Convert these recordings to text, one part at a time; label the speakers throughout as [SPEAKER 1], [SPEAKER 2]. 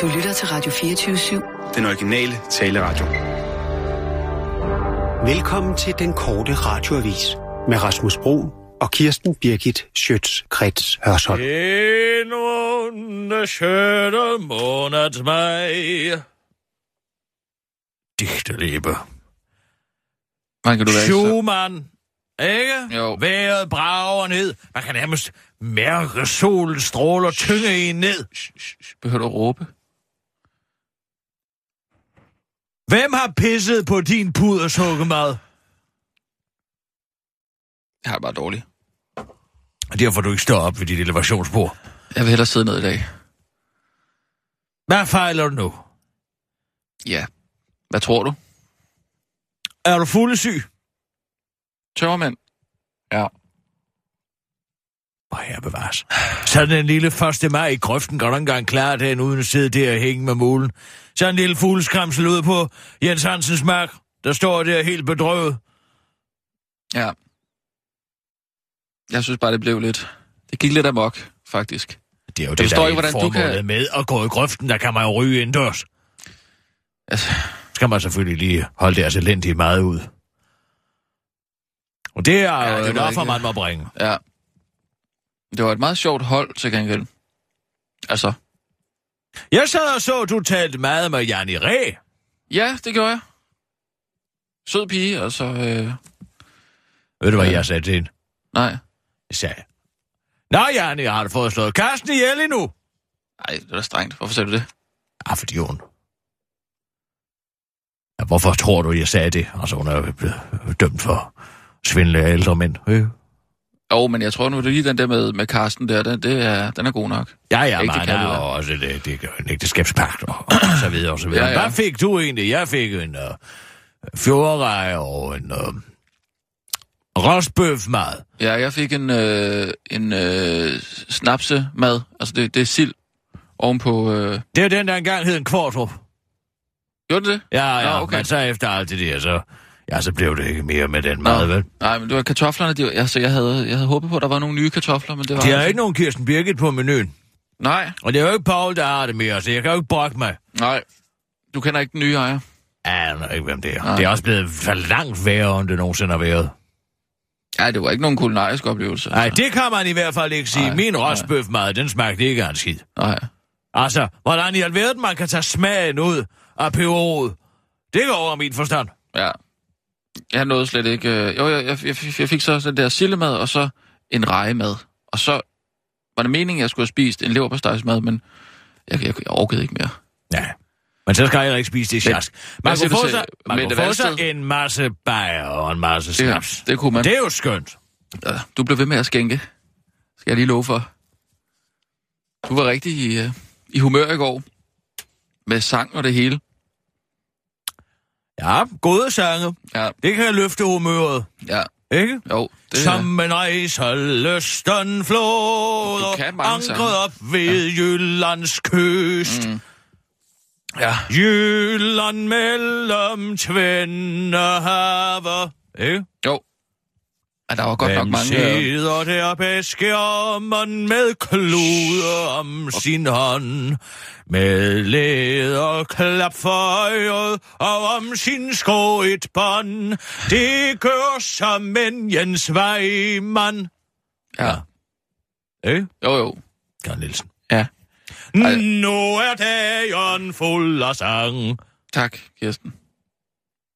[SPEAKER 1] Du lytter til Radio 24-7.
[SPEAKER 2] Den originale taleradio.
[SPEAKER 3] Velkommen til den korte radioavis med Rasmus Bro og Kirsten Birgit Schøtz-Krets Hørsholm.
[SPEAKER 4] En undersøgte måned mig. Digterlebe.
[SPEAKER 5] Man kan du være så...
[SPEAKER 4] Schumann. Ikke?
[SPEAKER 5] Jo.
[SPEAKER 4] Været brager ned. Man kan nærmest mærke solen stråler tynge en ned.
[SPEAKER 5] Behøver du at råbe?
[SPEAKER 4] Hvem har pisset på din pudersukkermad?
[SPEAKER 5] Jeg har det bare dårligt.
[SPEAKER 4] Og derfor du ikke står op ved dit elevationsbord.
[SPEAKER 5] Jeg vil hellere sidde ned i dag.
[SPEAKER 4] Hvad fejler du nu?
[SPEAKER 5] Ja. Hvad tror du?
[SPEAKER 4] Er du fuldesyg?
[SPEAKER 5] Tømmermænd? Ja.
[SPEAKER 4] Og her bevares. Sådan en lille 1. maj i grøften går der ikke engang klare dagen, uden at sidde der og hænge med mulen. Sådan en lille fugleskramsel ud på Jens Hansens mark, der står der helt bedrøvet.
[SPEAKER 5] Ja. Jeg synes bare, det blev lidt... Det gik lidt amok, faktisk.
[SPEAKER 4] Det er jo
[SPEAKER 5] forstår
[SPEAKER 4] der er
[SPEAKER 5] ikke,
[SPEAKER 4] hele
[SPEAKER 5] hvordan du
[SPEAKER 4] formålet
[SPEAKER 5] kan-
[SPEAKER 4] med at gå i grøften, der kan man jo ryge indendørs.
[SPEAKER 5] Altså,
[SPEAKER 4] Skal man selvfølgelig lige holde deres elendige meget ud. Og det er
[SPEAKER 5] Ja,
[SPEAKER 4] jo
[SPEAKER 5] det
[SPEAKER 4] ja, et
[SPEAKER 5] var
[SPEAKER 4] offer,
[SPEAKER 5] ikke-
[SPEAKER 4] man må bringe.
[SPEAKER 5] ja. Det var et meget sjovt hold til gengæld. Altså,
[SPEAKER 4] Jeg sad og så, at du talte meget med Janni Ræ.
[SPEAKER 5] ja, det gjorde jeg. Sød pige, altså... Øh,
[SPEAKER 4] Ved du, hvad
[SPEAKER 5] Ja.
[SPEAKER 4] jeg sagde til hende?
[SPEAKER 5] nej.
[SPEAKER 4] Jeg sagde, Nå, Janni, har du fået slået Karsten ihjel endnu?
[SPEAKER 5] Nej, det er da strengt. Hvorfor sagde du det?
[SPEAKER 4] Ah, fordi hun... Ja, hvorfor tror du, jeg sagde det? Altså, hun er jo blevet dømt for svindel af ældre mænd. Øh.
[SPEAKER 5] Jo, men jeg tror nu, det er lige den der med, med Karsten der, den, det er, den er god nok.
[SPEAKER 4] Ja, ja,
[SPEAKER 5] Ikke,
[SPEAKER 4] ikke,
[SPEAKER 5] det
[SPEAKER 4] man
[SPEAKER 5] kan
[SPEAKER 4] har
[SPEAKER 5] det
[SPEAKER 4] jo
[SPEAKER 5] være.
[SPEAKER 4] også det, det, en ægteskabspagt og, og så videre og så videre.
[SPEAKER 5] Ja,
[SPEAKER 4] Ja,
[SPEAKER 5] ja.
[SPEAKER 4] ja. Hvad fik du egentlig? Jeg fik en øh, fjordrej og en øh, rostbøf mad.
[SPEAKER 5] Ja, jeg fik en, øh, en øh, snapsemad. Altså, det, det er sild ovenpå... Øh,
[SPEAKER 4] Det er den, der engang hed en kvartrup.
[SPEAKER 5] gjorde det det?
[SPEAKER 4] Ja, ja,
[SPEAKER 5] Nå,
[SPEAKER 4] Nå,
[SPEAKER 5] okay.
[SPEAKER 4] okay. men så efter alt det der, så, ja, så blev det ikke mere med den mad, vel?
[SPEAKER 5] Nej, men det var kartoflerne, de var, altså, jeg havde, jeg havde håbet på, at der var nogle nye kartofler, men det var... altså
[SPEAKER 4] De har ikke nogen Kirsten Birgit på menuen.
[SPEAKER 5] Nej,
[SPEAKER 4] Og det er jo ikke Paul, der har det mere, så jeg kan jo ikke brokke mig.
[SPEAKER 5] nej. Du kender ikke den nye ejer.
[SPEAKER 4] aner ikke, hvem det er.
[SPEAKER 5] Nej.
[SPEAKER 4] Det er også blevet for langt værre, end det nogensinde har været.
[SPEAKER 5] Ja, det var ikke nogen kulinarisk oplevelse.
[SPEAKER 4] Nej,
[SPEAKER 5] altså.
[SPEAKER 4] det kan man i hvert fald ikke sige.
[SPEAKER 5] Nej,
[SPEAKER 4] Min
[SPEAKER 5] nej.
[SPEAKER 4] rostbøf mad, den smagte ikke af en skid.
[SPEAKER 5] Nej.
[SPEAKER 4] Altså, hvordan i alverden man kan tage smagen ud af peberet, det går over min forstand.
[SPEAKER 5] Ja. Jeg nåede slet ikke... Øh, jo, jeg, jeg, jeg, fik- jeg fik så den der sillemad, og så en rejemad. Og så var det meningen, at jeg skulle have spist en leverpostejsmad, men jeg, jeg, jeg orkede ikke mere.
[SPEAKER 4] Ja. Men så skal jeg heller ikke spise det
[SPEAKER 5] Men-
[SPEAKER 4] sjask.
[SPEAKER 5] hvad
[SPEAKER 4] Man
[SPEAKER 5] siger
[SPEAKER 4] kunne
[SPEAKER 5] du
[SPEAKER 4] få
[SPEAKER 5] til
[SPEAKER 4] sig, man
[SPEAKER 5] Mette
[SPEAKER 4] kunne få sig
[SPEAKER 5] Hvalsted?
[SPEAKER 4] en masse bajer og en masse snaps.
[SPEAKER 5] det kunne man.
[SPEAKER 4] Det er jo skønt.
[SPEAKER 5] Ja, du blev ved med at skænke. Skal jeg lige love for. Du var rigtig i, øh, i humør i går. Med sang og det hele.
[SPEAKER 4] Ja, gode sange.
[SPEAKER 5] Ja,
[SPEAKER 4] Det kan løfte humøret,
[SPEAKER 5] ja.
[SPEAKER 4] ikke?
[SPEAKER 5] Jo, det
[SPEAKER 4] Det Som en rejser lysten
[SPEAKER 5] Du kan
[SPEAKER 4] floder,
[SPEAKER 5] mange sange.
[SPEAKER 4] ankret op ved ja. Jyllands kyst. Mm.
[SPEAKER 5] Ja.
[SPEAKER 4] Jylland mellem tvinde haver. Ikke?
[SPEAKER 5] Jo. Ja, der var godt nok
[SPEAKER 4] Hvem
[SPEAKER 5] mange... Øh,
[SPEAKER 4] sidder der beskærmen med klude om sin hånd, med læderklap for øjet og om sin sko et bånd. Det gør som en Jens Weimann.
[SPEAKER 5] ja.
[SPEAKER 4] Ikke?
[SPEAKER 5] Jo, jo.
[SPEAKER 4] Karen Nielsen.
[SPEAKER 5] Ja. Ej.
[SPEAKER 4] Nu er dagen fuld af sang.
[SPEAKER 5] Tak, Kirsten.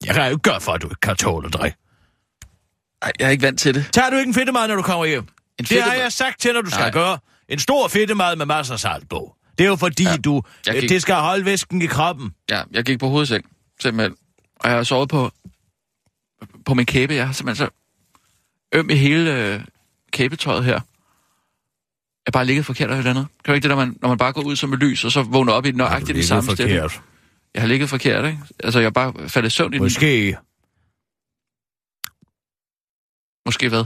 [SPEAKER 4] Jeg kan jo ikke gøre for, at du ikke kan tåle dig.
[SPEAKER 5] Ej, jeg er ikke vant til det.
[SPEAKER 4] Tager du ikke en fedtemad, når du kommer hjem?
[SPEAKER 5] En
[SPEAKER 4] det har
[SPEAKER 5] fedtemad?
[SPEAKER 4] jeg sagt til dig, du skal
[SPEAKER 5] Nej.
[SPEAKER 4] gøre. En stor fedtemad med masser af salt på. Det er jo fordi, ja, du...
[SPEAKER 5] jeg
[SPEAKER 4] øh,
[SPEAKER 5] gik-
[SPEAKER 4] Det skal holde væsken i kroppen.
[SPEAKER 5] Ja, jeg gik på hovedseng, simpelthen. Og jeg har sovet på, på min kæbe. Jeg har simpelthen så øm i hele øh, kæbetøjet her. Jeg har bare ligget forkert eller et eller andet. Kan du ikke det, når man, når man bare går ud som et lys, og så vågner op i nøjagtigt den samme stilling? Jeg har ligget forkert, ikke? Altså, jeg er bare faldet i søvn i den.
[SPEAKER 4] Måske
[SPEAKER 5] Måske hvad?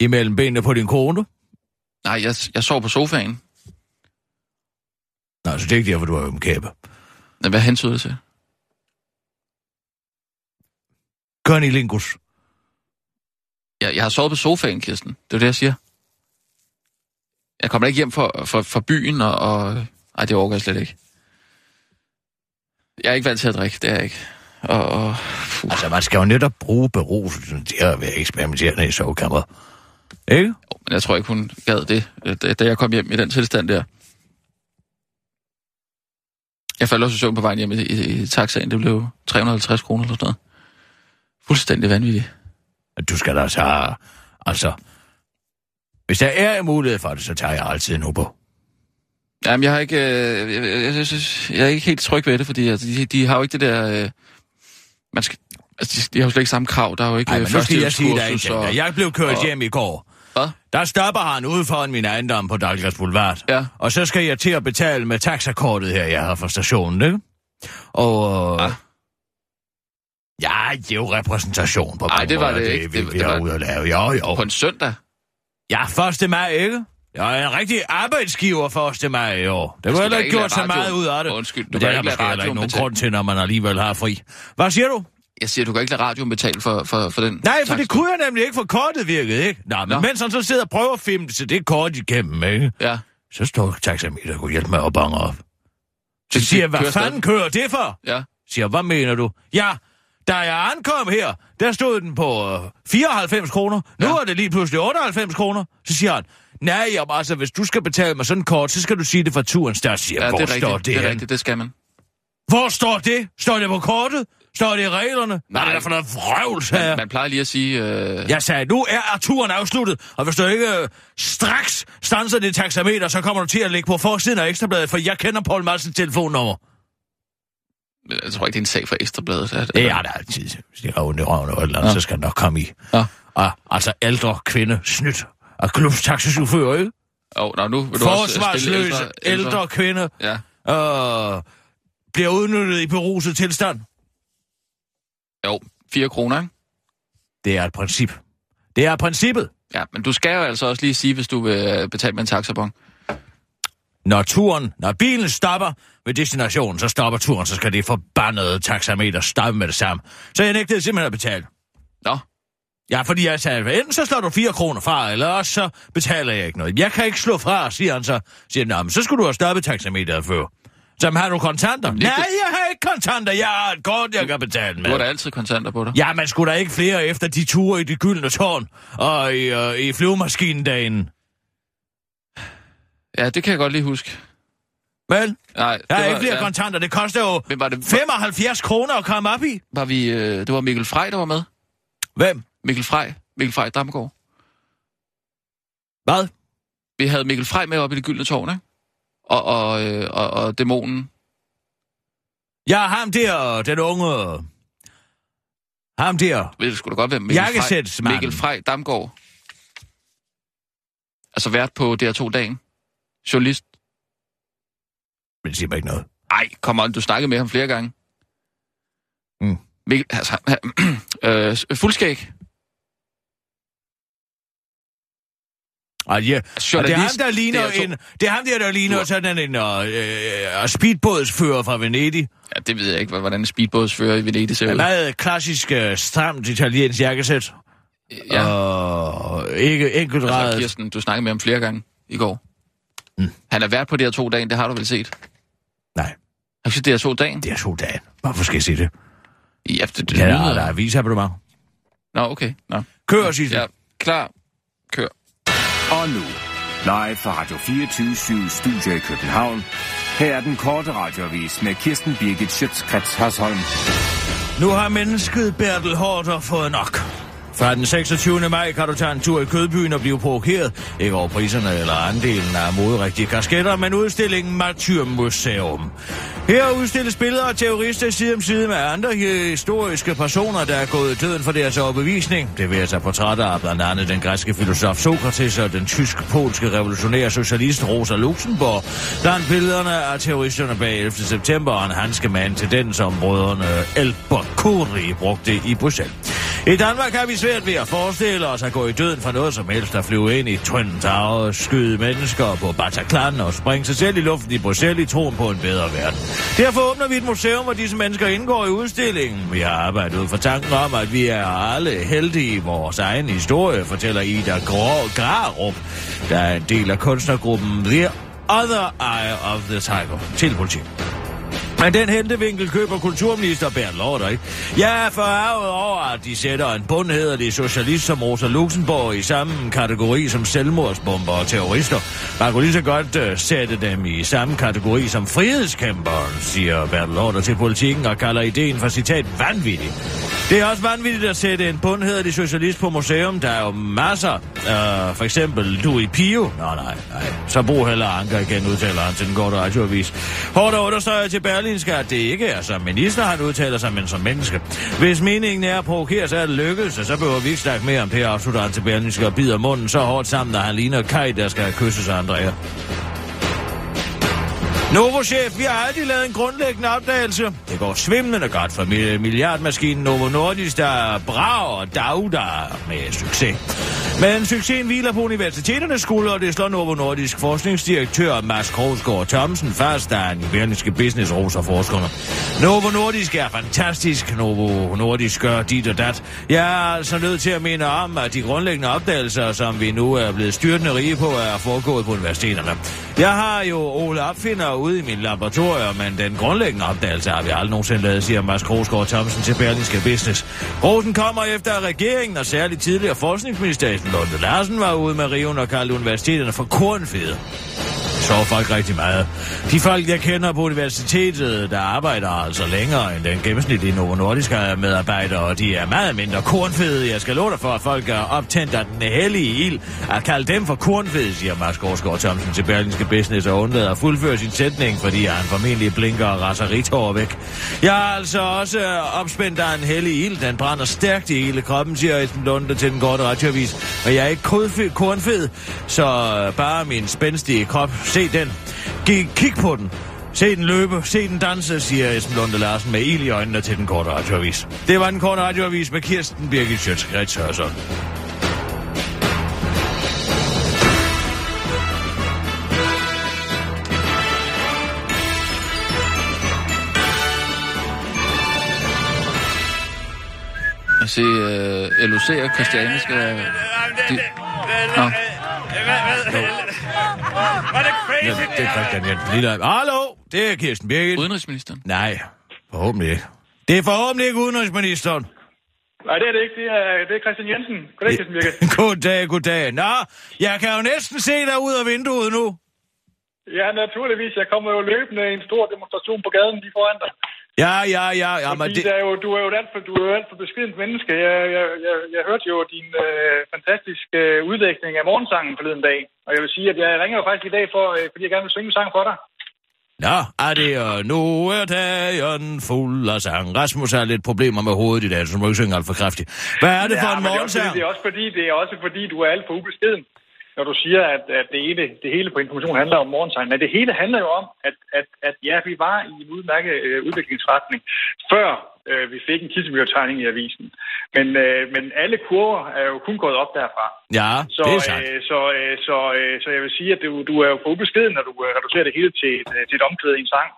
[SPEAKER 4] imellem benene på din kone.
[SPEAKER 5] Nej, jeg, jeg sov på sofaen.
[SPEAKER 4] Nej, så det er ikke derfor, du har øm kæbe.
[SPEAKER 5] Men Hvad hensyder det til?
[SPEAKER 4] Cunnilingus.
[SPEAKER 5] Jeg, jeg har sovet på sofaen, Kirsten. Det er det, jeg siger. Jeg kommer da ikke hjem fra, fra, fra byen, og, og... Ej, det overgår jeg slet ikke. Jeg er ikke vant til at drikke, det er jeg ikke. Og, og puh,
[SPEAKER 4] Altså, man skal jo netop bruge beruselsen til at være eksperimenterende i sovekammeret. Ikke?
[SPEAKER 5] men jeg tror ikke, hun gad det, øh, da, da jeg kom hjem i den tilstand der. Jeg faldt også i søvn på vejen hjem i, i, i taxaen. Det blev 350 kroner eller sådan noget. Fuldstændig vanvittigt.
[SPEAKER 4] Du skal da tage... Altså... Hvis der er en mulighed for det, så tager jeg altid en Uber.
[SPEAKER 5] Jamen, jeg har ikke, øh, jeg, jeg, jeg, synes- jeg er ikke helt tryg ved det, fordi altså, de, de har jo ikke det der... Øh, man skal, altså, de, de har jo slet ikke samme krav. Der er jo ikke
[SPEAKER 4] Ej, men nu skal jeg sige dig en
[SPEAKER 5] førstehjælpskursus
[SPEAKER 4] ting. Da
[SPEAKER 5] Øh, og-
[SPEAKER 4] Jeg blev kørt
[SPEAKER 5] og-
[SPEAKER 4] hjem i går.
[SPEAKER 5] Hvad?
[SPEAKER 4] Der stopper han ude foran min ejendom på Douglas Boulevard.
[SPEAKER 5] Ja.
[SPEAKER 4] Og så skal jeg til at betale med taxakortet her, jeg har fra stationen, ikke? Og...
[SPEAKER 5] Ah.
[SPEAKER 4] Ah. Ja, det er jo repræsentation på
[SPEAKER 5] Ej, det var det ikke.
[SPEAKER 4] Det, det,
[SPEAKER 5] Det-
[SPEAKER 4] vi er
[SPEAKER 5] det var-
[SPEAKER 4] ude at lave. Jo, jo.
[SPEAKER 5] På en søndag?
[SPEAKER 4] Ja, 1. maj, ikke? Jeg er en rigtig arbejdsgiver 1. maj i år. Det
[SPEAKER 5] Du
[SPEAKER 4] kunne
[SPEAKER 5] skal
[SPEAKER 4] heller
[SPEAKER 5] da
[SPEAKER 4] ikke
[SPEAKER 5] ikke
[SPEAKER 4] gjort
[SPEAKER 5] lade
[SPEAKER 4] så meget
[SPEAKER 5] radioen-
[SPEAKER 4] ud af det.
[SPEAKER 5] Undskyld, du
[SPEAKER 4] Men
[SPEAKER 5] kan
[SPEAKER 4] det er
[SPEAKER 5] ikke
[SPEAKER 4] der
[SPEAKER 5] lade
[SPEAKER 4] måske heller ikke
[SPEAKER 5] radioen
[SPEAKER 4] nogen
[SPEAKER 5] betale.
[SPEAKER 4] grund til, når man alligevel har fri. Hvad siger du?
[SPEAKER 5] Jeg siger, du kan ikke lade radioen betale for, for, for den
[SPEAKER 4] Nej, for
[SPEAKER 5] takst.
[SPEAKER 4] det kunne jeg nemlig ikke, for kortet virkede, ikke? Nej, men
[SPEAKER 5] Nå.
[SPEAKER 4] Nå. mens han så sidder og prøver at filme det, så det kort igennem, ikke?
[SPEAKER 5] Ja.
[SPEAKER 4] Så står taxameter og kunne hjælpe mig at bange op.
[SPEAKER 5] Det-
[SPEAKER 4] Så
[SPEAKER 5] det
[SPEAKER 4] siger jeg, hvad
[SPEAKER 5] kører stadig.
[SPEAKER 4] fanden kører det for?
[SPEAKER 5] Ja.
[SPEAKER 4] Siger, jeg, hvad mener du? Ja, da jeg ankom her, der stod den på øh, 94 kroner. Nu
[SPEAKER 5] Ja.
[SPEAKER 4] er det lige pludselig 98 kroner. Så siger han, nej, jamen, altså, hvis du skal betale mig sådan kort, så skal du sige det fra turens der. Siger,
[SPEAKER 5] Ja,
[SPEAKER 4] jeg, hvor
[SPEAKER 5] det er
[SPEAKER 4] står
[SPEAKER 5] rigtigt.
[SPEAKER 4] det,
[SPEAKER 5] Det, er
[SPEAKER 4] henne?
[SPEAKER 5] rigtigt, det skal man.
[SPEAKER 4] Hvor står det? Står det på kortet? Står det i reglerne? Nej,
[SPEAKER 5] Nej.
[SPEAKER 4] det er da for noget vrøvl, sagde jeg.
[SPEAKER 5] Man, man plejer lige at sige... Øh,
[SPEAKER 4] Jeg sagde, nu er turen afsluttet, og hvis du ikke øh, straks stanser dit taxameter, så kommer du til at ligge på forsiden af Ekstrabladet, for jeg kender Paul Madsens telefonnummer.
[SPEAKER 5] Jeg tror ikke, det er en sag for Ekstrabladet. At,
[SPEAKER 4] Det er der altid. Hvis de har ondt i røven eller et eller andet,
[SPEAKER 5] Ja.
[SPEAKER 4] ja. så skal den nok komme i.
[SPEAKER 5] Ja.
[SPEAKER 4] Og, altså ældre kvinde snydt af klubstaxachauffør, ikke?
[SPEAKER 5] Oh, nå, nu vil du også øh, stille
[SPEAKER 4] Forsvarsløse ældre, ældre. ældre kvinde
[SPEAKER 5] Ja.
[SPEAKER 4] øh, bliver udnyttet i beruset tilstand.
[SPEAKER 5] Jo, 4 kroner, ikke?
[SPEAKER 4] Det er et princip. Det er princippet.
[SPEAKER 5] Ja, men du skal jo altså også lige sige, hvis du vil øh, betale med en taxabon.
[SPEAKER 4] Når turen, når bilen stopper ved destinationen, så stopper turen, så skal det forbandede taxameter stoppe med det samme. Så jeg nægtede simpelthen at betale.
[SPEAKER 5] Nå,
[SPEAKER 4] Ja, fordi jeg sagde, enten så slår du 4 kroner fra, eller også så betaler jeg ikke noget. Jeg kan ikke slå fra, siger han så. Siger han, "Nå, men så skulle du have stoppet taxameteret før. Så "Men har du kontanter?
[SPEAKER 5] det-
[SPEAKER 4] Nej, jeg har ikke kontanter. Jeg har et kort, jeg kan betale
[SPEAKER 5] du har da
[SPEAKER 4] med.
[SPEAKER 5] altid kontanter på dig.
[SPEAKER 4] Ja, man skulle da ikke flere efter de ture i det gyldne tårn og i, øh, i flyvemaskinen dagen.
[SPEAKER 5] ja, det kan jeg godt lige huske.
[SPEAKER 4] Vel,
[SPEAKER 5] Nej,
[SPEAKER 4] jeg har
[SPEAKER 5] det
[SPEAKER 4] ikke flere
[SPEAKER 5] ja.
[SPEAKER 4] kontanter. Det koster jo
[SPEAKER 5] Hvem var det?
[SPEAKER 4] 75 kroner at komme op i.
[SPEAKER 5] Var vi, øh, det var Mikkel Frej, der var med.
[SPEAKER 4] Hvem?
[SPEAKER 5] Mikkel Frej. Mikkel Frej Damgaard.
[SPEAKER 4] Hvad?
[SPEAKER 5] Vi havde Mikkel Frej med op i det gyldne tårn, ikke? Og, og, øh, og, og dæmonen.
[SPEAKER 4] Ja, ham der, den unge... Ham der.
[SPEAKER 5] ved du sgu da godt, hvem Mikkel Frej,
[SPEAKER 4] Jakkesætsmanden.
[SPEAKER 5] Mikkel Frej Damgaard. Altså vært på DR2-dagen. Journalist.
[SPEAKER 4] Men siger mig ikke noget.
[SPEAKER 5] Ej, kom on, du snakkede med ham flere gange.
[SPEAKER 4] Mm.
[SPEAKER 5] Mikkel, altså, øh, fuldskæg.
[SPEAKER 4] Og ja, og det er ham,
[SPEAKER 5] Journalist,
[SPEAKER 4] der ligner
[SPEAKER 5] DR2.
[SPEAKER 4] en... Det er ham der, der ligner
[SPEAKER 5] Du-
[SPEAKER 4] sådan en øh, øh, speedbådsfører fra Venedig.
[SPEAKER 5] Ja, det ved jeg ikke, hvordan en speedbådsfører i Venedig ser
[SPEAKER 4] Med
[SPEAKER 5] ud.
[SPEAKER 4] meget klassisk, øh, stramt italiensk jakkesæt.
[SPEAKER 5] Ja,
[SPEAKER 4] Og ikke
[SPEAKER 5] altså,
[SPEAKER 4] enkeltrejet.
[SPEAKER 5] Kirsten, du snakkede med ham flere gange i går. Mm. Han er vært på DR2-dagen, det har du vel set.
[SPEAKER 4] Nej,
[SPEAKER 5] Har du set DR2-dagen?
[SPEAKER 4] det er soldagen. Hvorfor skal jeg sige det?
[SPEAKER 5] Ja, det, det
[SPEAKER 4] Ja,
[SPEAKER 5] lyder...
[SPEAKER 4] der er avisabonnement.
[SPEAKER 5] Nå, okay. Nå.
[SPEAKER 4] Kør, Sissel.
[SPEAKER 5] Ja, klar. Kør.
[SPEAKER 2] Og nu, live fra Radio 24 Studio i København. Her er den korte radiovis med Kirsten Birgit Schøtzgrads Hasholm.
[SPEAKER 4] Nu har mennesket Bertel Hårder fået nok. Fra den 26. maj kan du tage en tur i Kødbyen og blive provokeret. Ikke over priserne eller andelen af moderigtige kasketter, men udstillingen Martyrmuseum. Her udstilles billeder af terrorister side om side med andre historiske personer, der er gået i døden for deres overbevisning. Det vil altså portrætter af blandt andet den græske filosof Sokrates og den tysk-polske revolutionære socialist Rosa Luxemburg. Blandt billederne af terroristerne bag 11. september og en handskemand til den, som brødrene Elbert Kuri brugte i Bruxelles. I Danmark har vi svært ved at forestille os at gå i døden for noget som helst, at flyve ind i Twin Towers, skyde mennesker på Bataclan og springe sig selv i luften i Bruxelles i troen på en bedre verden. Derfor åbner vi et museum, hvor disse mennesker indgår i udstillingen. Vi har arbejdet ud for tanken om, at vi er alle heldige i vores egen historie, fortæller Ida Grå- Grarup, der er en del af kunstnergruppen The Other Eye of the Tiger, til politiet. Men den hentevinkel køber kulturminister Bernd Lort, ikke? Jeg er forarvet over, at de sætter en bundhederlig socialist som Rosa Luxemburg i samme kategori som selvmordsbomber og terrorister. Man kunne lige så godt uh, sætte dem i samme kategori som frihedskæmperen, siger Bernd Lort til politikken og kalder ideen for citat vanvittig. Det er også vanvittigt at sætte en bundhederlig socialist på museum. Der er jo masser. Uh, for eksempel Louis Pio. Nå nej, nej. Så brug heller Anker igen, udtaler han til den korte radioavis. Hårdt og understreger til Berlinske, at det ikke er som minister, han udtaler sig, men som menneske. Hvis meningen er at provokere, så er det lykkedes, og så behøver vi ikke snakke mere om det, afslutter han til Berlinske og bider munden så hårdt sammen, at han ligner Kaj, der skal kysse sig Andrea. Novo-chef, vi har aldrig lavet en grundlæggende opdagelse. Det går svimlende godt for mi- milliardmaskinen Novo Nordisk, der brager og dagder med succes. Men succesen hviler på universiteternes skulder, og det slår Novo Nordisk forskningsdirektør Mads Krogsgaard Thomsen fast, der er en juveniske business roser forskerne. Novo Nordisk er fantastisk. Novo Nordisk gør dit og dat. Jeg er altså nødt til at minde om, at de grundlæggende opdagelser, som vi nu er blevet styrtende rige på, er foregået på universiteterne. Jeg har jo Ole Opfinder ude i min laboratorium, men den grundlæggende opdagelse har vi aldrig nogensinde lavet, siger Mads Krogsgaard Thomsen til Berlingske Business. Rosen kommer efter at regeringen og særligt tidligere forskningsminister Esben Lunde Larsen var ude med riven og kaldte universiteterne for kornfede sover folk rigtig meget. De folk, jeg kender på universitetet, der arbejder altså længere end den gennemsnitlige Novo Nordisk øh, medarbejder, og de er meget mindre kornfede. Jeg skal love dig for, at folk er optændt af den hellige ild. At kalde dem for kornfede, siger Mads Gårdsgaard Thomsen til Berlinske Business og undlader at fuldføre sin sætning, fordi han formentlig blinker og rasser rigtår væk. Jeg er altså også opspændt af en hellig ild. Den brænder stærkt i hele kroppen, siger Esben Lunde til den korte radioavis. Og jeg er ikke kodfe- kornfed, så bare min spændstige krop. Se den. G- kig på den. Se den løbe, se den danse, siger Esben Lunde Larsen med ild i øjnene til den korte radioavis. Det var den korte radioavis med Kirsten Birgit Sjøtskrets Hørsson.
[SPEAKER 5] Jeg siger, øh, LOC og Christiane skal... De, Nå.
[SPEAKER 4] Ja, det er Christian Jensen Lille. Hallo, det er Kirsten Birgit.
[SPEAKER 5] udenrigsministeren.
[SPEAKER 4] Nej, forhåbentlig ikke. Det er forhåbentlig ikke udenrigsministeren.
[SPEAKER 6] Nej, det er det ikke. Det er, det er Christian Jensen. Goddag, Kirsten Birgit.
[SPEAKER 4] Goddag, goddag. Nå, jeg kan jo næsten se dig ud af vinduet nu.
[SPEAKER 6] Ja, naturligvis. Jeg kommer jo løbende i en stor demonstration på gaden lige foran dig.
[SPEAKER 4] Ja, ja, ja, ja, men
[SPEAKER 6] Fordi
[SPEAKER 4] det...
[SPEAKER 6] det... er jo, du er jo et alt for, du er jo et alt for beskedent menneske. Jeg, jeg, jeg, jeg hørte jo din øh, fantastiske øh, udlægning af morgensangen forleden dag. Og jeg vil sige, at jeg ringer jo faktisk i dag, for, øh, fordi jeg gerne vil synge en sang for dig.
[SPEAKER 4] Nå, er det øh, nu er dagen fuld af sang. Rasmus har lidt problemer med hovedet i dag, så du må ikke synge alt for kraftigt. Hvad er det for en
[SPEAKER 6] men det er også
[SPEAKER 4] morgensang?
[SPEAKER 6] fordi- Det er, også fordi, det er også fordi, du er alt for ubeskeden, når du siger, at, at det, hele, det hele på information handler om morgensang. Men det hele handler jo om, at, at, at ja, vi var i en udmærket øh, udviklingsretning, før øh, vi fik en kissemyrtegning i avisen. Men, øh, men alle kurver er jo kun gået op derfra.
[SPEAKER 4] Ja,
[SPEAKER 6] Så,
[SPEAKER 4] det er sandt.
[SPEAKER 6] øh, så, øh, så, øh, så jeg vil sige, at du, du er jo for ubeskeden, når du øh, reducerer det hele til, et, øh, til et omkvæd i en sang.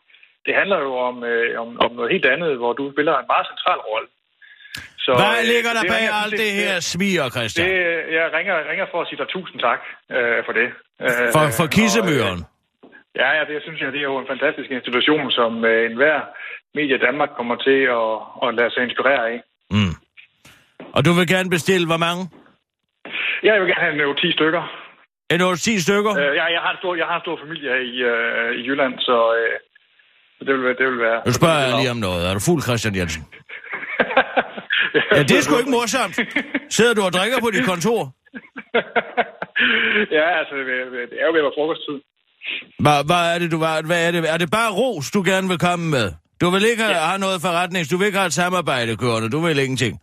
[SPEAKER 6] Det handler jo om, øh, om, om noget helt andet, hvor du spiller en meget central rolle. Så,
[SPEAKER 4] Hvad
[SPEAKER 6] øh,
[SPEAKER 4] ligger
[SPEAKER 6] så
[SPEAKER 4] der
[SPEAKER 6] det
[SPEAKER 4] bag
[SPEAKER 6] ringer-
[SPEAKER 4] alt det her sviger,
[SPEAKER 6] det, øh,
[SPEAKER 4] Christian?
[SPEAKER 6] jeg ringer, ringer for at sige dig tusind tak øh, for det. Øh,
[SPEAKER 4] For, for
[SPEAKER 6] og,
[SPEAKER 4] kissemøren.
[SPEAKER 6] øh, Ja, ja, det synes jeg, det er jo en fantastisk institution, som øh, enhver medie i Danmark kommer til at, at lade sig inspirere af.
[SPEAKER 4] Mm. Og du vil gerne bestille, hvor mange?
[SPEAKER 6] Jeg vil gerne have en, øh, 10 stykker.
[SPEAKER 4] En 10 stykker?
[SPEAKER 6] Øh, jeg, jeg, har en stor, jeg har en stor familie her i, øh, i Jylland, så øh, så det vil, være- det vil være...
[SPEAKER 4] Nu spørger jeg lige om noget. Er du fuld, Christian Jensen? Ja, det er sgu ikke morsomt. Sidder du og drikker på dit kontor?
[SPEAKER 6] ja, altså, det- det er jo ved at være frokosttid.
[SPEAKER 4] Hvad, hvad er det, du hvad, hvad er det? Er det bare ros, du gerne vil komme med? Du vil ikke have,
[SPEAKER 6] Ja.
[SPEAKER 4] have noget forretnings... Du vil ikke have et samarbejde kørende. Du vil ingenting.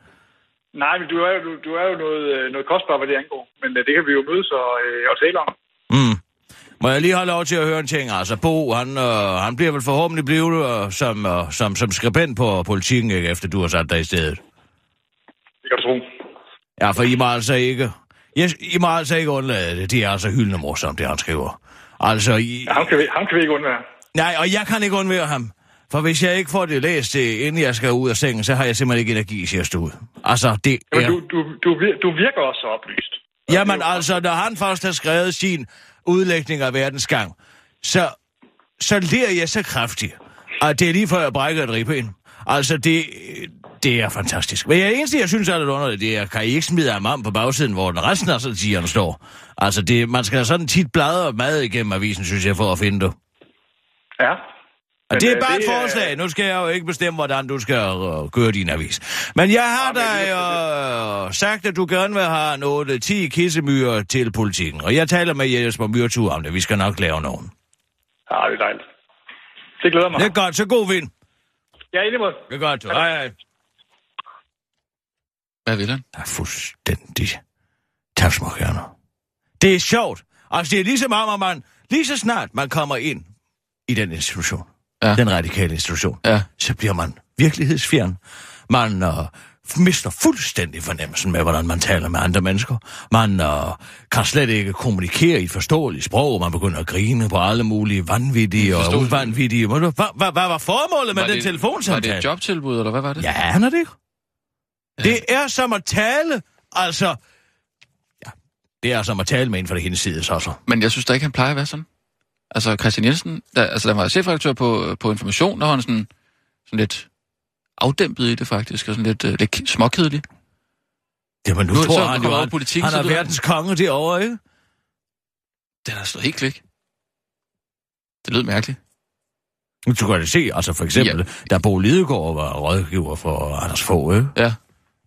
[SPEAKER 6] Nej, men du er jo, du, du er jo noget, øh, noget kostbar, hvad det angår. Men øh, det kan vi jo mødes og, øh, og tale om.
[SPEAKER 4] Mm. Må jeg lige have lov til at høre en ting? Altså, Bo, han, øh, han bliver vel forhåbentlig blevet øh, som, øh, som, som skribent på politikken, ikke, efter du har sat dig i stedet.
[SPEAKER 6] Det kan du tro.
[SPEAKER 4] Ja, for I må altså ikke... Yes, I må altså ikke undlade det. Det er altså hyldende morsomt, det han skriver. Altså, I,
[SPEAKER 6] Ja, ham, kan vi, ham kan vi ikke undvære.
[SPEAKER 4] Nej, og jeg kan ikke undvære ham. For hvis jeg ikke får det læst, øh, inden jeg skal ud af sengen, så har jeg simpelthen ikke energi, siger Stud. Altså, det
[SPEAKER 6] Jamen,
[SPEAKER 4] er...
[SPEAKER 6] du, du, du, vir- du virker også så oplyst.
[SPEAKER 4] Jamen altså, når han først har skrevet sin udlægning af verdens gang, så, så ler jeg så kraftigt, at det er lige før jeg brækker et ribben. Altså, det, det er fantastisk. Men jeg eneste, jeg synes er lidt underligt, det er, kan I ikke smide amam på bagsiden, hvor den resten af satirerne står? Altså, det, man skal have sådan tit bladre mad igennem avisen, synes jeg, for at finde det.
[SPEAKER 6] Ja.
[SPEAKER 4] Og
[SPEAKER 6] Men,
[SPEAKER 4] det er
[SPEAKER 6] øh,
[SPEAKER 4] bare et
[SPEAKER 6] det er-
[SPEAKER 4] forslag. Nu skal jeg jo ikke bestemme, hvordan du skal øh, køre din avis. Men jeg har
[SPEAKER 6] Nå, men
[SPEAKER 4] da øh, sagt, at du gerne vil have noget 10 kissemyrer til politikken. Og jeg taler med Jesper Myrtur om det. Vi skal nok lave nogen.
[SPEAKER 6] Ja, Ah, det er dejligt. Det glæder mig.
[SPEAKER 4] Det er godt, så god vind.
[SPEAKER 6] Ja, i lige måde.
[SPEAKER 4] Det er godt, du. Hej, hej.
[SPEAKER 5] Hvad vil han?
[SPEAKER 4] er fuldstændig tapsmorgerne. Det er sjovt. Altså, det er ligesom om, at man lige så snart man kommer ind i den institution, ja.
[SPEAKER 5] Ja.
[SPEAKER 4] den radikale institution,
[SPEAKER 5] Ja.
[SPEAKER 4] så bliver man virkelighedsfjern. Man øh, mister fuldstændig fornemmelsen med, hvordan man taler med andre mennesker. Man øh, kan slet ikke kommunikere i et forståeligt sprog. Man begynder at grine på alle mulige vanvittige og
[SPEAKER 5] Forståeligt.
[SPEAKER 4] uvanvittige. Hvad hva, hva, hva var formålet med
[SPEAKER 5] Var
[SPEAKER 4] den
[SPEAKER 5] det- Var
[SPEAKER 4] telefonsamtale?
[SPEAKER 5] det et jobtilbud, eller hvad var det?
[SPEAKER 4] Ja, han er det. Ja. Det er som at tale, altså... Ja, det er som at tale med en fra det hendes side, så så.
[SPEAKER 5] Men jeg synes da ikke, han plejer at være sådan. Altså, Christian Jensen, der, altså, der var chefredaktør på, på Information, der var han sådan, sådan lidt afdæmpet i det faktisk, og sådan lidt, øh, lidt småkedelig.
[SPEAKER 4] Jamen, nu,
[SPEAKER 5] Nu
[SPEAKER 4] nu
[SPEAKER 5] er det
[SPEAKER 4] tror
[SPEAKER 5] så,
[SPEAKER 4] han
[SPEAKER 5] du
[SPEAKER 4] jo,
[SPEAKER 5] kommer over
[SPEAKER 4] han,
[SPEAKER 5] i politikken,
[SPEAKER 4] han
[SPEAKER 5] så
[SPEAKER 4] er
[SPEAKER 5] lyder
[SPEAKER 4] verdens konge derovre, ikke?
[SPEAKER 5] Den er slået helt klik. Det lød mærkeligt.
[SPEAKER 4] Nu kan jeg da se, altså for eksempel, ja. da Bo Lidegaard var rådgiver for Anders Fogh, ikke?
[SPEAKER 5] Ja,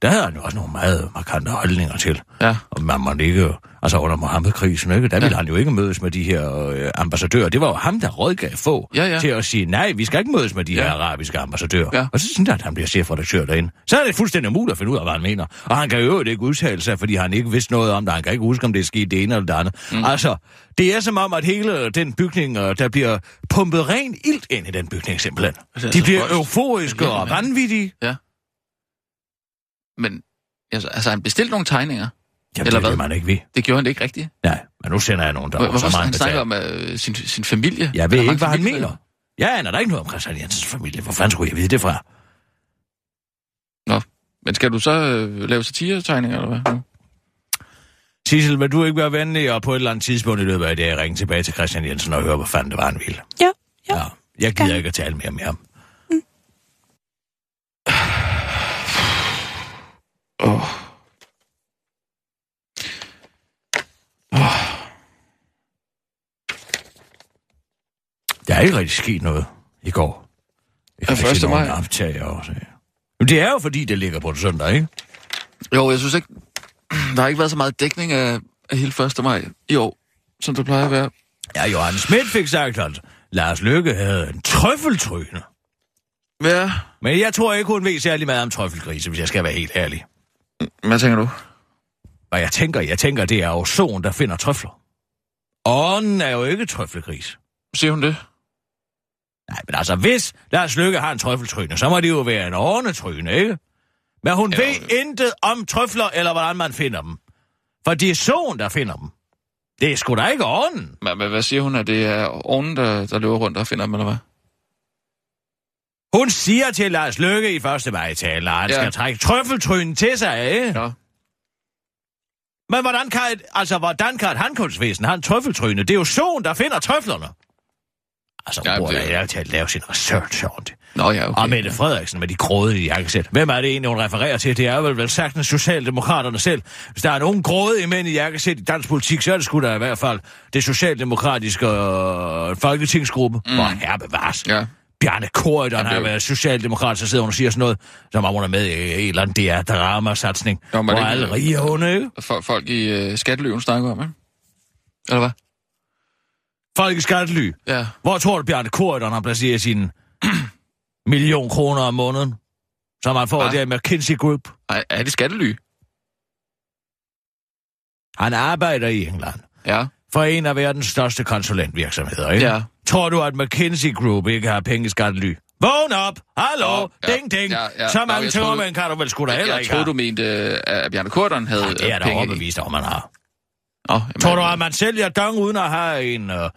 [SPEAKER 4] der havde han jo også nogle meget markante holdninger til.
[SPEAKER 5] ja.
[SPEAKER 4] Og man måtte ikke, altså under Mohammed-krisen, ikke? der ville ja. han jo ikke mødes med de her øh, ambassadører. Det var jo ham, der rådgav få
[SPEAKER 5] Ja, ja.
[SPEAKER 4] til at sige, nej, vi skal ikke mødes med de ja. her
[SPEAKER 5] Ja.
[SPEAKER 4] arabiske ambassadører.
[SPEAKER 5] Ja.
[SPEAKER 4] Og så synes jeg, at han bliver chefredaktør derinde. Så er det fuldstændig umuligt at finde ud af, hvad han mener. Og han kan jo øvrigt ikke udtale sig, fordi han ikke vidste noget om det. Han kan ikke huske, om det er sket det ene eller det andet. Mm. Altså, det er som om, at hele den bygning, øh, der bliver pumpet ren ilt ind i den bygning simpelthen.
[SPEAKER 5] Altså,
[SPEAKER 4] De bliver
[SPEAKER 5] højst-
[SPEAKER 4] euforiske
[SPEAKER 5] Ja,
[SPEAKER 4] og
[SPEAKER 5] men-
[SPEAKER 4] vanvittige.
[SPEAKER 5] Men altså, altså, han bestilte nogle tegninger.
[SPEAKER 4] Jamen,
[SPEAKER 5] Eller
[SPEAKER 4] det er det,
[SPEAKER 5] hvad?
[SPEAKER 4] man ikke ved.
[SPEAKER 5] Det gjorde han ikke rigtigt.
[SPEAKER 4] Nej, men nu sender jeg nogen, der
[SPEAKER 5] Hvorfor
[SPEAKER 4] så meget
[SPEAKER 5] han snakker
[SPEAKER 4] betalt.
[SPEAKER 5] om øh, sin, sin familie?
[SPEAKER 4] Jeg ved
[SPEAKER 5] Han har
[SPEAKER 4] ikke, hvad han
[SPEAKER 5] mange
[SPEAKER 4] mener.
[SPEAKER 5] familier.
[SPEAKER 4] Jeg aner da ikke noget om Christian Jensens familie. Hvor fanden skulle jeg vide det fra?
[SPEAKER 5] Men skal du så øh, lave satiretegninger, eller hvad?
[SPEAKER 4] Sissel, vil du ikke være venlig og på et eller andet tidspunkt i løbet af i dag ringe tilbage til Christian Jensen og høre, hvor fanden det var, han ville?
[SPEAKER 7] Ja, ja.
[SPEAKER 4] Jeg gider ikke at tale mere med ham.
[SPEAKER 5] Mm. Oh.
[SPEAKER 4] Der er ikke rigtig sket noget i går. Jeg
[SPEAKER 5] Ja, første maj.
[SPEAKER 4] optager også. Men det er jo fordi, det ligger på en søndag, ikke?
[SPEAKER 5] Jo, jeg synes ikke, der har ikke været så meget dækning af, af hele 1. maj i år, som der plejer at være.
[SPEAKER 4] Ja, Johan Schmidt fik sagt, at Lars Løkke havde en trøffeltryne.
[SPEAKER 5] Ja,
[SPEAKER 4] Men jeg tror ikke, hun ved særlig meget om trøffelgrise, hvis jeg skal være helt ærlig.
[SPEAKER 5] hvad tænker du?
[SPEAKER 4] Hvad jeg tænker, jeg tænker, det er jo solen, der finder trøfler. Ånden er jo ikke trøflegris.
[SPEAKER 5] Siger hun det?
[SPEAKER 4] Nej, men altså, hvis Lars Lykke har en trøffeltryne, så må det jo være en ordnetryne, ikke? Men hun ja,
[SPEAKER 5] Ja,
[SPEAKER 4] ved intet om trøfler, eller hvordan man finder dem. For det er solen, der finder dem. Det er sgu da ikke ånden.
[SPEAKER 5] Men, men hvad siger hun, at det er ovnen, der, der løber rundt og finder dem, eller hvad?
[SPEAKER 4] Hun siger til Lars Lykke i første maj tale, at han ja.
[SPEAKER 5] Ja.
[SPEAKER 4] skal trække trøffeltrynen til sig, ikke? Ja.
[SPEAKER 5] Ja.
[SPEAKER 4] Men hvordan kan et, altså, hvordan kan et handkunstvæsen have en trøffeltryne? Det er jo solen, der finder trøflerne. Altså,
[SPEAKER 5] Ja,
[SPEAKER 4] hun burde
[SPEAKER 5] det-
[SPEAKER 4] jeg til at lave sin research over det.
[SPEAKER 5] Nå ja, okay.
[SPEAKER 4] Og Ah, Mette
[SPEAKER 5] ja.
[SPEAKER 4] Frederiksen med de grådige jakkesæt. Hvem er det egentlig, hun refererer til? Det er vel, vel sagtens Socialdemokraterne selv. Hvis der er nogen grådige mænd i jakkesæt i dansk politik, så er det sgu da i hvert fald det socialdemokratiske øh, folketingsgruppe. Mm. Hvor herre bevares.
[SPEAKER 5] Ja.
[SPEAKER 4] Bjarne Korydon
[SPEAKER 5] Jamen,
[SPEAKER 4] har
[SPEAKER 5] det er jo-
[SPEAKER 4] været socialdemokrat, så sidder hun og siger sådan noget, som om hun er med i en eller anden DR-dramasatsning,
[SPEAKER 5] Jo,
[SPEAKER 4] hvor
[SPEAKER 5] men det-
[SPEAKER 4] alle rige hunde, ikke?
[SPEAKER 5] Fol- folk i øh, skatteløven snakker om, ikke? Eller hvad?
[SPEAKER 4] Folk i skattely.
[SPEAKER 5] Ja.
[SPEAKER 4] Hvor tror du, Bjarne Korydon har placeret sin million kroner om måneden? Som han får
[SPEAKER 5] Hvad?
[SPEAKER 4] der med McKinsey Group.
[SPEAKER 5] Ej, er det skattely?
[SPEAKER 4] Han arbejder i England
[SPEAKER 5] Ja.
[SPEAKER 4] for en af verdens største konsulentvirksomheder, ikke?
[SPEAKER 5] Ja.
[SPEAKER 4] Tror du, at McKinsey Group ikke har penge i skattely? Vågn op! Hallo!
[SPEAKER 5] Nå, ja,
[SPEAKER 4] ding, ding!
[SPEAKER 5] ja, ja.
[SPEAKER 4] Så
[SPEAKER 5] Nå,
[SPEAKER 4] mange
[SPEAKER 5] jeg troede-
[SPEAKER 4] tømmermænd kan du vel sgu da
[SPEAKER 5] Jeg,
[SPEAKER 4] heller
[SPEAKER 5] jeg
[SPEAKER 4] ikke
[SPEAKER 5] troede,
[SPEAKER 4] have.
[SPEAKER 5] du mente, øh, at Bjørn Korteren havde
[SPEAKER 4] Ja, det er
[SPEAKER 5] øh,
[SPEAKER 4] da
[SPEAKER 5] penge i-
[SPEAKER 4] overbevist om, man har.
[SPEAKER 5] Nå, jamen,
[SPEAKER 4] Tror du, at man sælger dong uden at have en øh,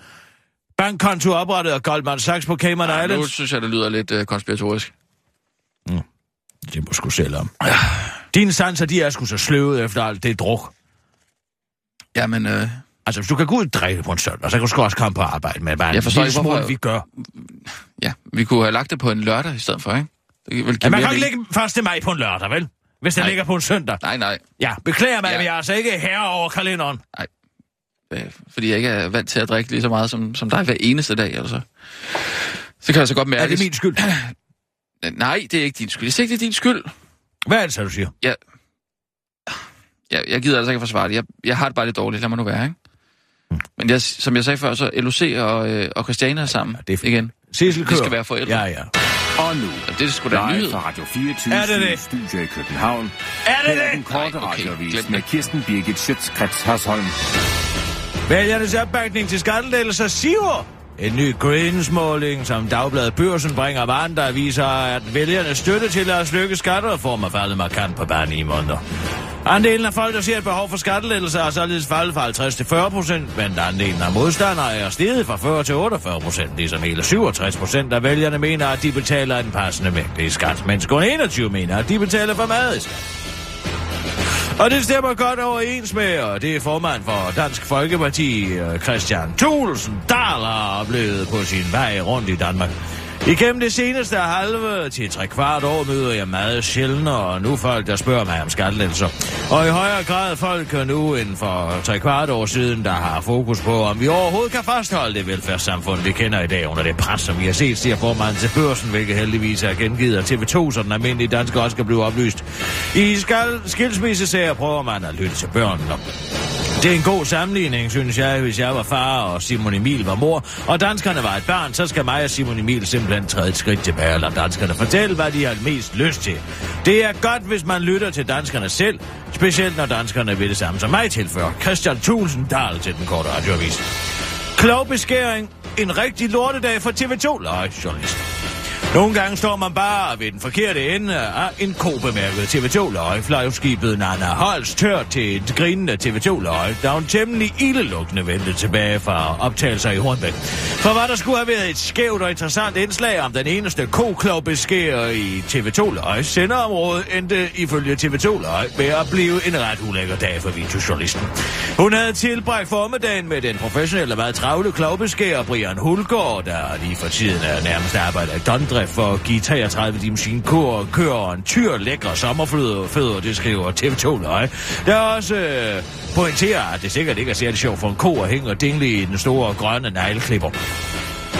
[SPEAKER 4] bankkonto oprettet af Goldman Sachs på Cayman
[SPEAKER 5] Ej, Ah, Nu
[SPEAKER 4] Islands?
[SPEAKER 5] synes jeg, det lyder lidt øh, konspiratorisk.
[SPEAKER 4] Det må sgu selv om. Dine sanser, de er sgu så sløvet efter alt det druk.
[SPEAKER 5] Jamen, øh,
[SPEAKER 4] Altså, hvis du kan gå ud og drikke på en søndag, så kan du sgu også komme på arbejde med bare
[SPEAKER 5] Jeg
[SPEAKER 4] en
[SPEAKER 5] forstår
[SPEAKER 4] lille
[SPEAKER 5] ikke, hvorfor-
[SPEAKER 4] smule, vi gør.
[SPEAKER 5] Ja, vi kunne have lagt det på en lørdag i stedet for, ikke? Det vil
[SPEAKER 4] Ja,
[SPEAKER 5] give
[SPEAKER 4] man
[SPEAKER 5] mere
[SPEAKER 4] kan ikke
[SPEAKER 5] mening.
[SPEAKER 4] lægge 1. maj på en lørdag, vel? Hvis det
[SPEAKER 5] Nej.
[SPEAKER 4] ligger på en søndag.
[SPEAKER 5] Nej, nej.
[SPEAKER 4] Ja, beklager mig,
[SPEAKER 5] Ja.
[SPEAKER 4] ja. men jeg er altså ikke herre over kalenderen.
[SPEAKER 5] Øh, Fordi jeg ikke er vant til at drikke lige så meget som, som dig hver eneste dag, altså. Så kan jeg så godt mærke... Øh,
[SPEAKER 4] Er det min skyld?
[SPEAKER 5] Nej, det er ikke din skyld. Det er ikke din skyld.
[SPEAKER 4] Hvad er det så, du siger?
[SPEAKER 5] jeg, jeg gider altså ikke at forsvare det. Jeg, jeg har det bare lidt dårligt, lad mig nu være, ikke?
[SPEAKER 4] Mm.
[SPEAKER 5] Men jeg, som jeg sagde før, så LOC og, øh, og Christiana er sammen
[SPEAKER 4] det er for-
[SPEAKER 5] igen.
[SPEAKER 4] Sissel
[SPEAKER 5] Vi
[SPEAKER 4] kører.
[SPEAKER 5] skal være forældre.
[SPEAKER 4] Ja, ja.
[SPEAKER 2] Og nu,
[SPEAKER 5] Og det er sgu da en
[SPEAKER 2] live
[SPEAKER 5] nyhed.
[SPEAKER 2] fra Radio
[SPEAKER 4] Er det
[SPEAKER 2] 24
[SPEAKER 4] det?
[SPEAKER 2] Studio i København.
[SPEAKER 4] Er det
[SPEAKER 2] Her er den
[SPEAKER 4] det?
[SPEAKER 2] korte
[SPEAKER 5] Nej, okay, glem
[SPEAKER 2] radiovis
[SPEAKER 5] det.
[SPEAKER 2] med Kirsten Birgit Schøtzgrads Hasholm.
[SPEAKER 4] Vælgernes opbakning til skattelettelser siver. En ny Greens-måling, som Dagbladet Børsen bringer varen, der viser, at vælgernes støtte til Lars Lykkes skattereform er faldet markant på bare 9 måneder. Andelen af folk, der ser et behov for skattelettelser, er således faldet fra 50 til 40 procent, men andelen af modstandere er steget fra 40 til 48 procent, ligesom hele 67 procent af vælgerne mener, at de betaler en passende mængde i skat, mens kun 21 mener, at de betaler for meget i skat. Og det stemmer godt overens med, og det er formand for Dansk Folkeparti, øh, Christian Thulsen Dahl, har oplevet på sin vej rundt i Danmark. Igennem det seneste halve til tre kvart år møder jeg meget sjældnere nu folk, der spørger mig om skattelettelser. Og i højere grad folk nu end for tre kvart år siden, der har fokus på, om vi overhovedet kan fastholde det velfærdssamfund, vi kender i dag under det pres, som vi har set, siger formanden til børsen, hvilket heldigvis er gengivet af TV2, så den almindelige dansker også kan blive oplyst. I skal skilsmissesager prøver man at lytte til børnene. Det er en god sammenligning, synes jeg, hvis jeg var far og Simon Emil var mor, og danskerne var et barn, så skal mig og Simon Emil simpelthen træde et skridt tilbage og lade danskerne fortælle, hvad de har mest lyst til. Det er godt, hvis man lytter til danskerne selv, specielt når danskerne vil det samme som mig tilfører. Christian Thulsen Dahl til den korte radioavis. Klog beskæring. En rigtig lortedag for TV2. Nej, journalist. Nogle gange står man bare ved den forkerte ende af en kobemærket TV2-løg. Flagskibet Nana Holst tør til et grinende TV2-løg, der er en temmelig ildelugtende vendte tilbage fra optagelser i Hornbæk. For hvad der skulle have været et skævt og interessant indslag om den eneste koklogbeskærer i TV2-løg, senderområdet endte ifølge TV2-løg med at blive en ret ulækker dag for videojournalisten. Hun havde tilbragt formiddagen med den professionelle, meget travle klogbeskærer Brian Hulgaard, der lige for tiden er nærmest arbejder i dondrift for at give 33 timer sin kur og kører en tyr lækre sommerfødder, fødder, det skriver TV2 Løje. Der også øh, pointerer, at det sikkert ikke er særlig sjovt for en ko at hænge og dingle i den store grønne negleklipper.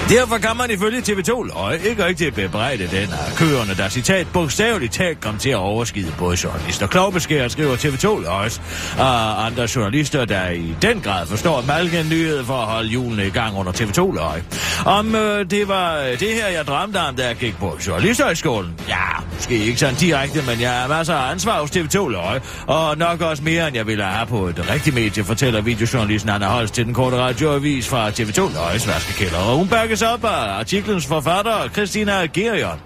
[SPEAKER 4] Derfor kan man ifølge TV2 løje ikke rigtig bebrejde den af køerne, der citat bogstaveligt talt kom til at overskide både journalister og klogbeskærer, skriver TV2 løjes, og andre journalister, der i den grad forstår at malke en nyhed for at holde julene i gang under TV2 løje. Om øh, det var øh, det her, jeg drømte om, da jeg gik på journalisterhøjskolen. Ja, måske ikke sådan direkte, men jeg har masser af ansvar hos TV2 løje, og nok også mere, end jeg ville have på et rigtigt medie, fortæller videojournalisten Anna Holst til den korte radioavis fra TV2 Løjes Vaskekælder. Og hun bakkes op af artiklens forfatter, Christina Gerion.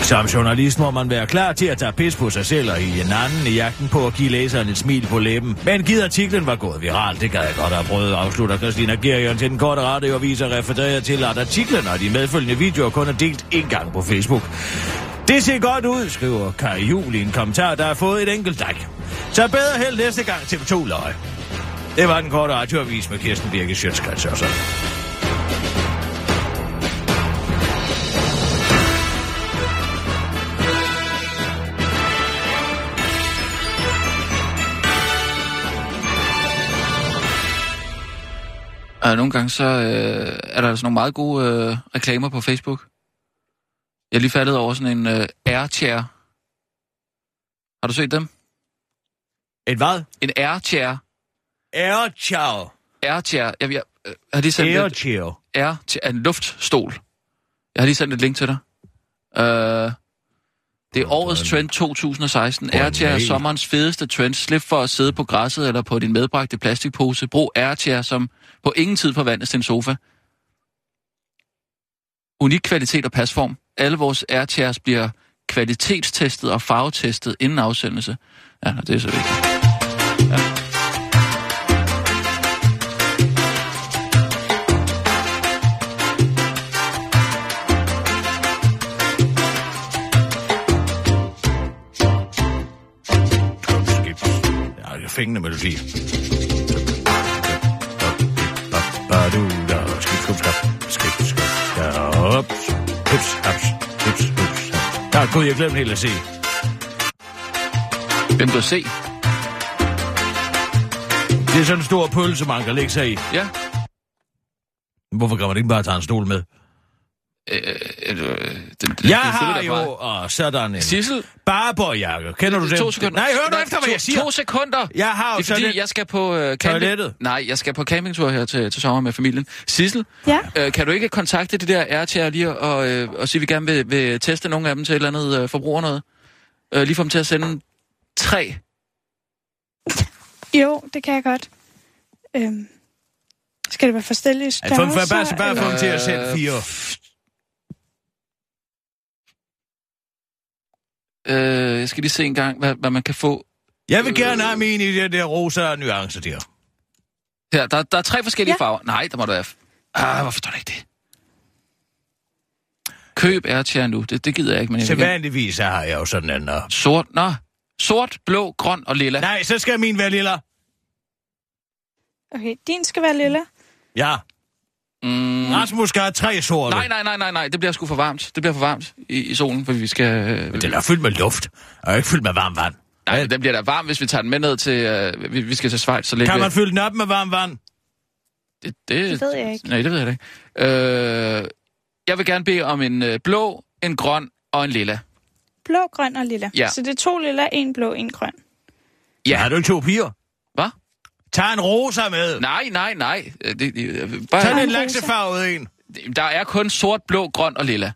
[SPEAKER 4] Som journalist må man være klar til at tage pis på sig selv og i en anden i jagten på at give læseren et smil på læben. Men givet artiklen var gået viral, det gad jeg godt have prøvet, afslutter Christina Gerion til den korte radioavis og refererer til, at artiklen og de medfølgende videoer kun er delt én gang på Facebook. Det ser godt ud, skriver Kai Juhl i en kommentar, der har fået et enkelt like. Så bedre held næste gang TV2 løje. Det var den korte radioavis med Kirsten Birke Sjøtskrets og sådan.
[SPEAKER 5] Og nogle gange, så øh, er der sådan nogle meget gode øh, reklamer på Facebook. Jeg er lige faldet over sådan en øh, air-chair. Har du set dem?
[SPEAKER 4] Et hvad?
[SPEAKER 5] En air-chair.
[SPEAKER 4] Air ciao.
[SPEAKER 5] Air-chair. Jeg, jeg, øh, har lige sendt
[SPEAKER 4] Air
[SPEAKER 5] et
[SPEAKER 4] ciao.
[SPEAKER 5] air til en luftstol. Jeg har lige sendt et link til dig. Øh, det er årets trend 2016. Airchair er
[SPEAKER 4] nej.
[SPEAKER 5] sommerens fedeste trend. Slip for at sidde på græsset eller på din medbragte plastikpose. Brug Airchair, som på ingen tid forvandles til en sofa. Unik kvalitet og pasform. Alle vores Airchairs bliver kvalitetstestet og farvetestet inden afsendelse. Ja, nå, det er så vigtigt.
[SPEAKER 4] Skip. Ja, det er fængende melodi. Ba-du-da, skip, skub, skab, skip, skub, skab. Ups, ups, ups, ups. Der gud, jeg glemte helt at se.
[SPEAKER 5] Hvem du se?
[SPEAKER 4] Det er sådan en stor pølse, man kan lægge sig i.
[SPEAKER 5] Ja.
[SPEAKER 4] Hvorfor kan man ikke bare tage en stol med?
[SPEAKER 5] Øh, øh, øh, den, den,
[SPEAKER 4] Jeg
[SPEAKER 5] den
[SPEAKER 4] har
[SPEAKER 5] følger dig
[SPEAKER 4] jo... Åh, sådan en...
[SPEAKER 5] Sissel?
[SPEAKER 4] Barberjakke. Kender du
[SPEAKER 5] bare.
[SPEAKER 4] den?
[SPEAKER 5] To sekunder.
[SPEAKER 4] Nej, hør nu
[SPEAKER 5] Nej,
[SPEAKER 4] efter, hvad
[SPEAKER 5] to-
[SPEAKER 4] jeg siger.
[SPEAKER 5] To sekunder.
[SPEAKER 4] Jeg har jo
[SPEAKER 5] Det er
[SPEAKER 4] sådan
[SPEAKER 5] fordi,
[SPEAKER 4] en...
[SPEAKER 5] jeg skal på øh,
[SPEAKER 4] Toilettet.
[SPEAKER 5] camping... Nej, jeg skal på campingtur her til, til sommer med familien. Sissel,
[SPEAKER 7] Ja.
[SPEAKER 5] øh, kan du ikke kontakte det der RTR lige og, øh, og sige, at vi gerne vil, vil teste nogle af dem til et eller andet øh, forbruger noget? Øh, lige få dem til at sende tre.
[SPEAKER 7] Jo, det kan jeg godt. Øhm, skal det være forskellige
[SPEAKER 4] Ej, få- få-
[SPEAKER 7] størrelser?
[SPEAKER 4] Bare, bare
[SPEAKER 7] eller-
[SPEAKER 4] få dem til at sende
[SPEAKER 5] Øh,
[SPEAKER 4] fire.
[SPEAKER 5] Øh, jeg skal lige se en gang, hvad, hvad man kan få.
[SPEAKER 4] Jeg vil gerne have min i den der rosa nuance der.
[SPEAKER 5] Her, der, der er tre forskellige ja.
[SPEAKER 7] Ja.
[SPEAKER 5] farver. Nej, der må du være... f- Ah, hvorfor står der ikke det? Køb RTR nu. Det, det gider jeg ikke, men jeg vil gerne.
[SPEAKER 4] Sædvanligvis har jeg jo sådan en... Uh...
[SPEAKER 5] Sort, nå. Sort, blå, grøn og lilla.
[SPEAKER 4] Nej, så skal min være lilla.
[SPEAKER 7] Okay, din skal være lille.
[SPEAKER 4] Ja,
[SPEAKER 5] Mm,
[SPEAKER 4] Rasmus skal have tre sorte.
[SPEAKER 5] nej, nej, nej, nej, nej. Det bliver sgu for varmt. Det bliver for varmt i, i solen, for vi skal... Øh,
[SPEAKER 4] Den er fyldt med luft, og ikke fyldt med varmt vand.
[SPEAKER 5] nej, den bliver da varm, hvis vi tager den med ned til... Øh, vi, vi skal til Schweiz, så lidt...
[SPEAKER 4] Kan man fylde den op med varmt vand?
[SPEAKER 5] det, det,
[SPEAKER 7] Det ved jeg ikke.
[SPEAKER 5] Nej, det ved jeg da ikke. Øh, jeg vil gerne bede om en øh, blå, en grøn og en lilla.
[SPEAKER 7] Blå, grøn og lille.
[SPEAKER 5] Ja.
[SPEAKER 7] Så det er to lille, en blå, en grøn.
[SPEAKER 5] Ja.
[SPEAKER 4] Har du ikke to piger?
[SPEAKER 5] Hvad?
[SPEAKER 4] Tag en rosa med.
[SPEAKER 5] Nej, nej, nej. Øh, Det, det, øh,
[SPEAKER 4] Tag
[SPEAKER 5] bare,
[SPEAKER 4] en laksefarvet en.
[SPEAKER 5] der er kun sort, blå, grøn og lilla.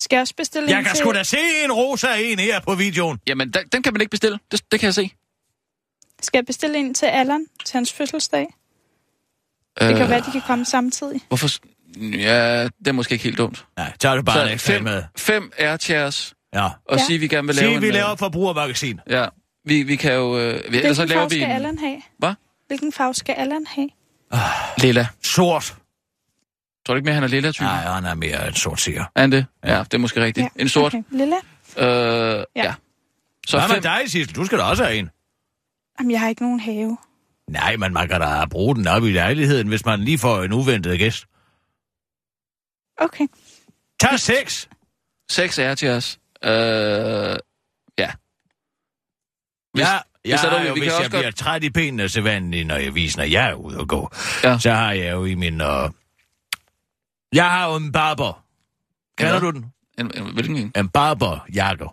[SPEAKER 7] Skal jeg også bestille
[SPEAKER 4] Jeg
[SPEAKER 7] en
[SPEAKER 4] kan
[SPEAKER 7] til?
[SPEAKER 4] sgu da se en rosa en her på videoen.
[SPEAKER 5] Jamen, den, den kan man ikke bestille. Det, det kan jeg se.
[SPEAKER 7] Skal jeg bestille en til Allan til hans fødselsdag? Det
[SPEAKER 5] Øh.
[SPEAKER 7] kan være, de kan komme samtidig.
[SPEAKER 5] Hvorfor? s- Ja, det er måske ikke helt dumt.
[SPEAKER 4] Nej, tag du bare en
[SPEAKER 5] Så
[SPEAKER 4] ekstra en
[SPEAKER 5] fem,
[SPEAKER 4] med.
[SPEAKER 5] fem RTR's
[SPEAKER 4] Ja.
[SPEAKER 5] og ja.
[SPEAKER 7] Ja.
[SPEAKER 5] sige, at vi gerne vil lave
[SPEAKER 4] Sige,
[SPEAKER 5] en...
[SPEAKER 4] vi
[SPEAKER 5] øh,
[SPEAKER 4] laver et forbrugermagasin.
[SPEAKER 5] Ja, vi, vi kan jo... Øh, vi, ellers så
[SPEAKER 7] Hvilken
[SPEAKER 5] laver
[SPEAKER 7] farve
[SPEAKER 5] vi
[SPEAKER 7] skal
[SPEAKER 5] en
[SPEAKER 7] Allan have?
[SPEAKER 5] Hvad?
[SPEAKER 7] Hvilken farve skal Allan have?
[SPEAKER 5] lilla.
[SPEAKER 4] Sort.
[SPEAKER 5] Tror du ikke mere, han er lilla type?
[SPEAKER 4] Nej, han er mere en sort siger.
[SPEAKER 5] Er han det? Ja. ja, det er måske rigtigt. Ja. En sort.
[SPEAKER 7] Okay. Lilla?
[SPEAKER 5] Okay. Øh, ja.
[SPEAKER 7] Ja.
[SPEAKER 5] ja. Så
[SPEAKER 4] Hvad med
[SPEAKER 5] fem...
[SPEAKER 4] dig, Sissel? Du skal da også have en.
[SPEAKER 7] Jamen, jeg har ikke nogen have.
[SPEAKER 4] Nej, men man kan da bruge den op i lejligheden, hvis man lige får en uventet gæst.
[SPEAKER 7] Okay.
[SPEAKER 4] Tag seks.
[SPEAKER 5] Seks RTR's. Øh, ja. Hvis-
[SPEAKER 4] Ja, jeg
[SPEAKER 5] hvis er der-
[SPEAKER 4] har jo, hvis
[SPEAKER 5] vi kan
[SPEAKER 4] jeg
[SPEAKER 5] også godt-
[SPEAKER 4] bliver træt i benene så vanligt, når jeg viser, når jeg er ude og gå,
[SPEAKER 5] Ja.
[SPEAKER 4] ja. så har jeg jo i min... Øh... Jeg har jo en barber. Kender
[SPEAKER 5] Ja.
[SPEAKER 4] ja. du den?
[SPEAKER 5] En, en, hvilken en?
[SPEAKER 4] En barberjakke.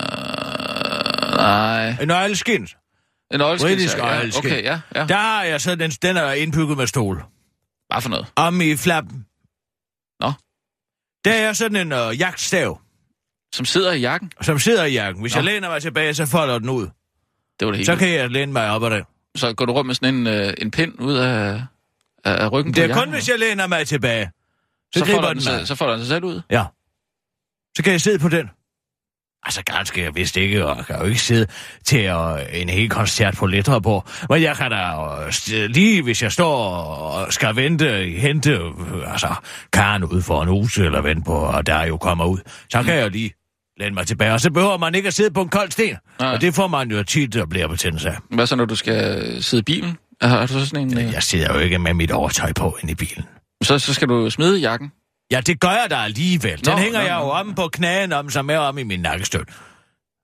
[SPEAKER 5] Øh, nej.
[SPEAKER 4] En øjelskin.
[SPEAKER 5] En oilskin.
[SPEAKER 4] Britisk
[SPEAKER 5] så- ja.
[SPEAKER 4] oilskin.
[SPEAKER 5] Okay, ja, ja.
[SPEAKER 4] Der har jeg så den, den er indbygget med stol.
[SPEAKER 5] Bare for noget.
[SPEAKER 4] Om i flappen.
[SPEAKER 5] Nå.
[SPEAKER 4] Der er sådan en øh, jagtstav,
[SPEAKER 5] Som sidder i jakken.
[SPEAKER 4] som sidder i jakken. Hvis
[SPEAKER 5] Nå.
[SPEAKER 4] Nå. jeg læner mig tilbage, så folder den ud.
[SPEAKER 5] Det var det hele.
[SPEAKER 4] Så kan jeg læne mig op ad det.
[SPEAKER 5] Så går du rundt med sådan en, øh, en pind ud af, af af ryggen
[SPEAKER 4] Det
[SPEAKER 5] på
[SPEAKER 4] er kun,
[SPEAKER 5] jakken,
[SPEAKER 4] hvis
[SPEAKER 5] og-
[SPEAKER 4] jeg læner mig tilbage. Så,
[SPEAKER 5] så,
[SPEAKER 4] så
[SPEAKER 5] får
[SPEAKER 4] griber
[SPEAKER 5] den,
[SPEAKER 4] den
[SPEAKER 5] sig-
[SPEAKER 4] mig.
[SPEAKER 5] så får den sig selv ud.
[SPEAKER 4] Ja. Så kan jeg sidde på den. Altså, ganske jeg vidst ikke, og jeg kan jo ikke sidde til øh, en hel koncert på Letterborg. Men jeg kan da øh, st- lige, hvis jeg står og skal vente, hente øh, altså, karen ud for en hus, eller vente på, og der jo kommer ud, så kan jeg jo lige læne mig tilbage. Og så behøver man ikke at sidde på en kold sten.
[SPEAKER 5] Nej.
[SPEAKER 4] Og det får man jo tit at blive betændt af.
[SPEAKER 5] Hvad så, når du skal øh, sidde i bilen? Er- Har du så sådan en... Øh,
[SPEAKER 4] Jeg sidder jo ikke med mit overtøj på inde i bilen.
[SPEAKER 5] så, så skal du smide jakken.
[SPEAKER 4] Ja, det gør jeg da alligevel. Den
[SPEAKER 5] Nå,
[SPEAKER 4] nå, hænger
[SPEAKER 5] nå,
[SPEAKER 4] nå, jeg
[SPEAKER 5] nå,
[SPEAKER 4] jo
[SPEAKER 5] nå.
[SPEAKER 4] om på knæen om, som er om i min nakkestøn.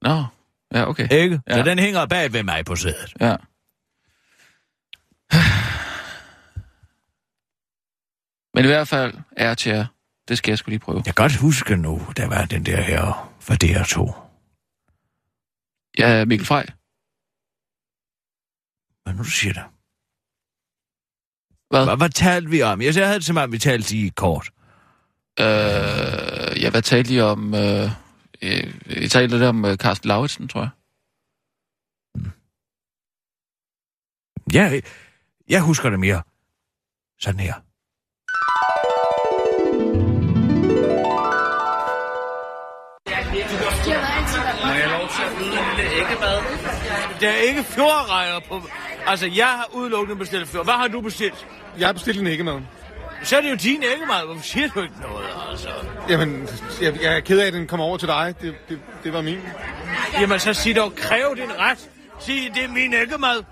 [SPEAKER 5] Nå, ja, okay.
[SPEAKER 4] Ikke? Ja.
[SPEAKER 5] Ja.
[SPEAKER 4] Så den hænger bag ved mig på sædet.
[SPEAKER 5] Ja. Men i hvert fald er til jer. Det skal jeg skulle lige prøve.
[SPEAKER 4] Jeg kan godt huske nu, der var den der her fra DR2.
[SPEAKER 5] Ja, Mikkel Frej.
[SPEAKER 4] Hvad nu du siger det?
[SPEAKER 5] Hvad?
[SPEAKER 4] Hvad, hvad talte vi om? Jeg sagde, jeg havde det som om, vi talte i kort.
[SPEAKER 5] Øh, ja, hvad talte I om? Øh, øh, I talte lidt om øh, Carsten Lauritsen, tror jeg.
[SPEAKER 4] Jeg, jeg husker det mere. Sådan her. Der er ikke fjordrejer på... Altså, jeg har udelukkende bestilt fjord. Hvad har du bestilt?
[SPEAKER 8] Jeg har bestilt en æggemad.
[SPEAKER 4] Så er det jo din æggemad. Hvorfor siger du ikke noget, altså?
[SPEAKER 8] Jamen, jeg, jeg er ked af, at den kommer over til dig. Det, det, det var min.
[SPEAKER 4] Jamen, så sig dog, kræv din ret. Sig, det er min æggemad.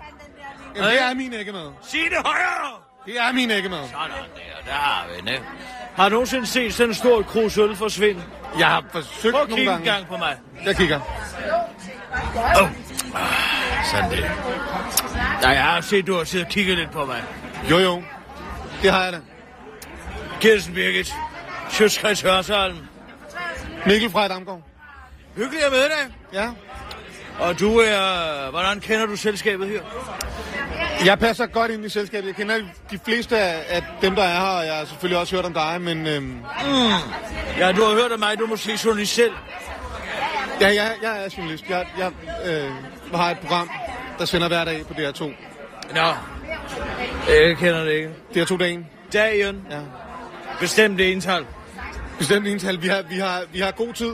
[SPEAKER 8] Jamen, det er min æggemad.
[SPEAKER 4] Sig det højere!
[SPEAKER 9] Det er min æggemad.
[SPEAKER 4] Der, der har vi den, ikke? Har du nogensinde set sådan en stor krus øl forsvinde?
[SPEAKER 9] Jeg har forsøgt
[SPEAKER 4] Prøv at
[SPEAKER 9] nogle
[SPEAKER 4] kigge en
[SPEAKER 9] gange.
[SPEAKER 4] gang på mig.
[SPEAKER 9] Jeg kigger.
[SPEAKER 4] ah, Sådan det. Nej, jeg har set, du har siddet og kigget lidt på mig.
[SPEAKER 9] Jo, jo. Det har jeg da.
[SPEAKER 4] Kirsten Birgit. Sjøtskreds Hørsholm.
[SPEAKER 9] Mikkel fra Damgaard.
[SPEAKER 4] Hyggelig at møde dig.
[SPEAKER 9] Ja.
[SPEAKER 4] Og du er... Hvordan kender du selskabet her?
[SPEAKER 9] Jeg passer godt ind i selskabet. Jeg kender de fleste af af dem, der er her, og jeg har selvfølgelig også hørt om dig, men øhm,
[SPEAKER 4] Ja, du har hørt af mig, du er måske journalist selv.
[SPEAKER 9] ja, jeg, jeg er journalist. Jeg, jeg øh, har et program, der sender hver dag på DR2.
[SPEAKER 4] Nå. Jeg kender det ikke.
[SPEAKER 9] DR2-dagen.
[SPEAKER 4] Dagen.
[SPEAKER 9] Ja.
[SPEAKER 4] Bestemt det ental.
[SPEAKER 9] Bestemt ental. Vi har, vi, har, vi har god tid.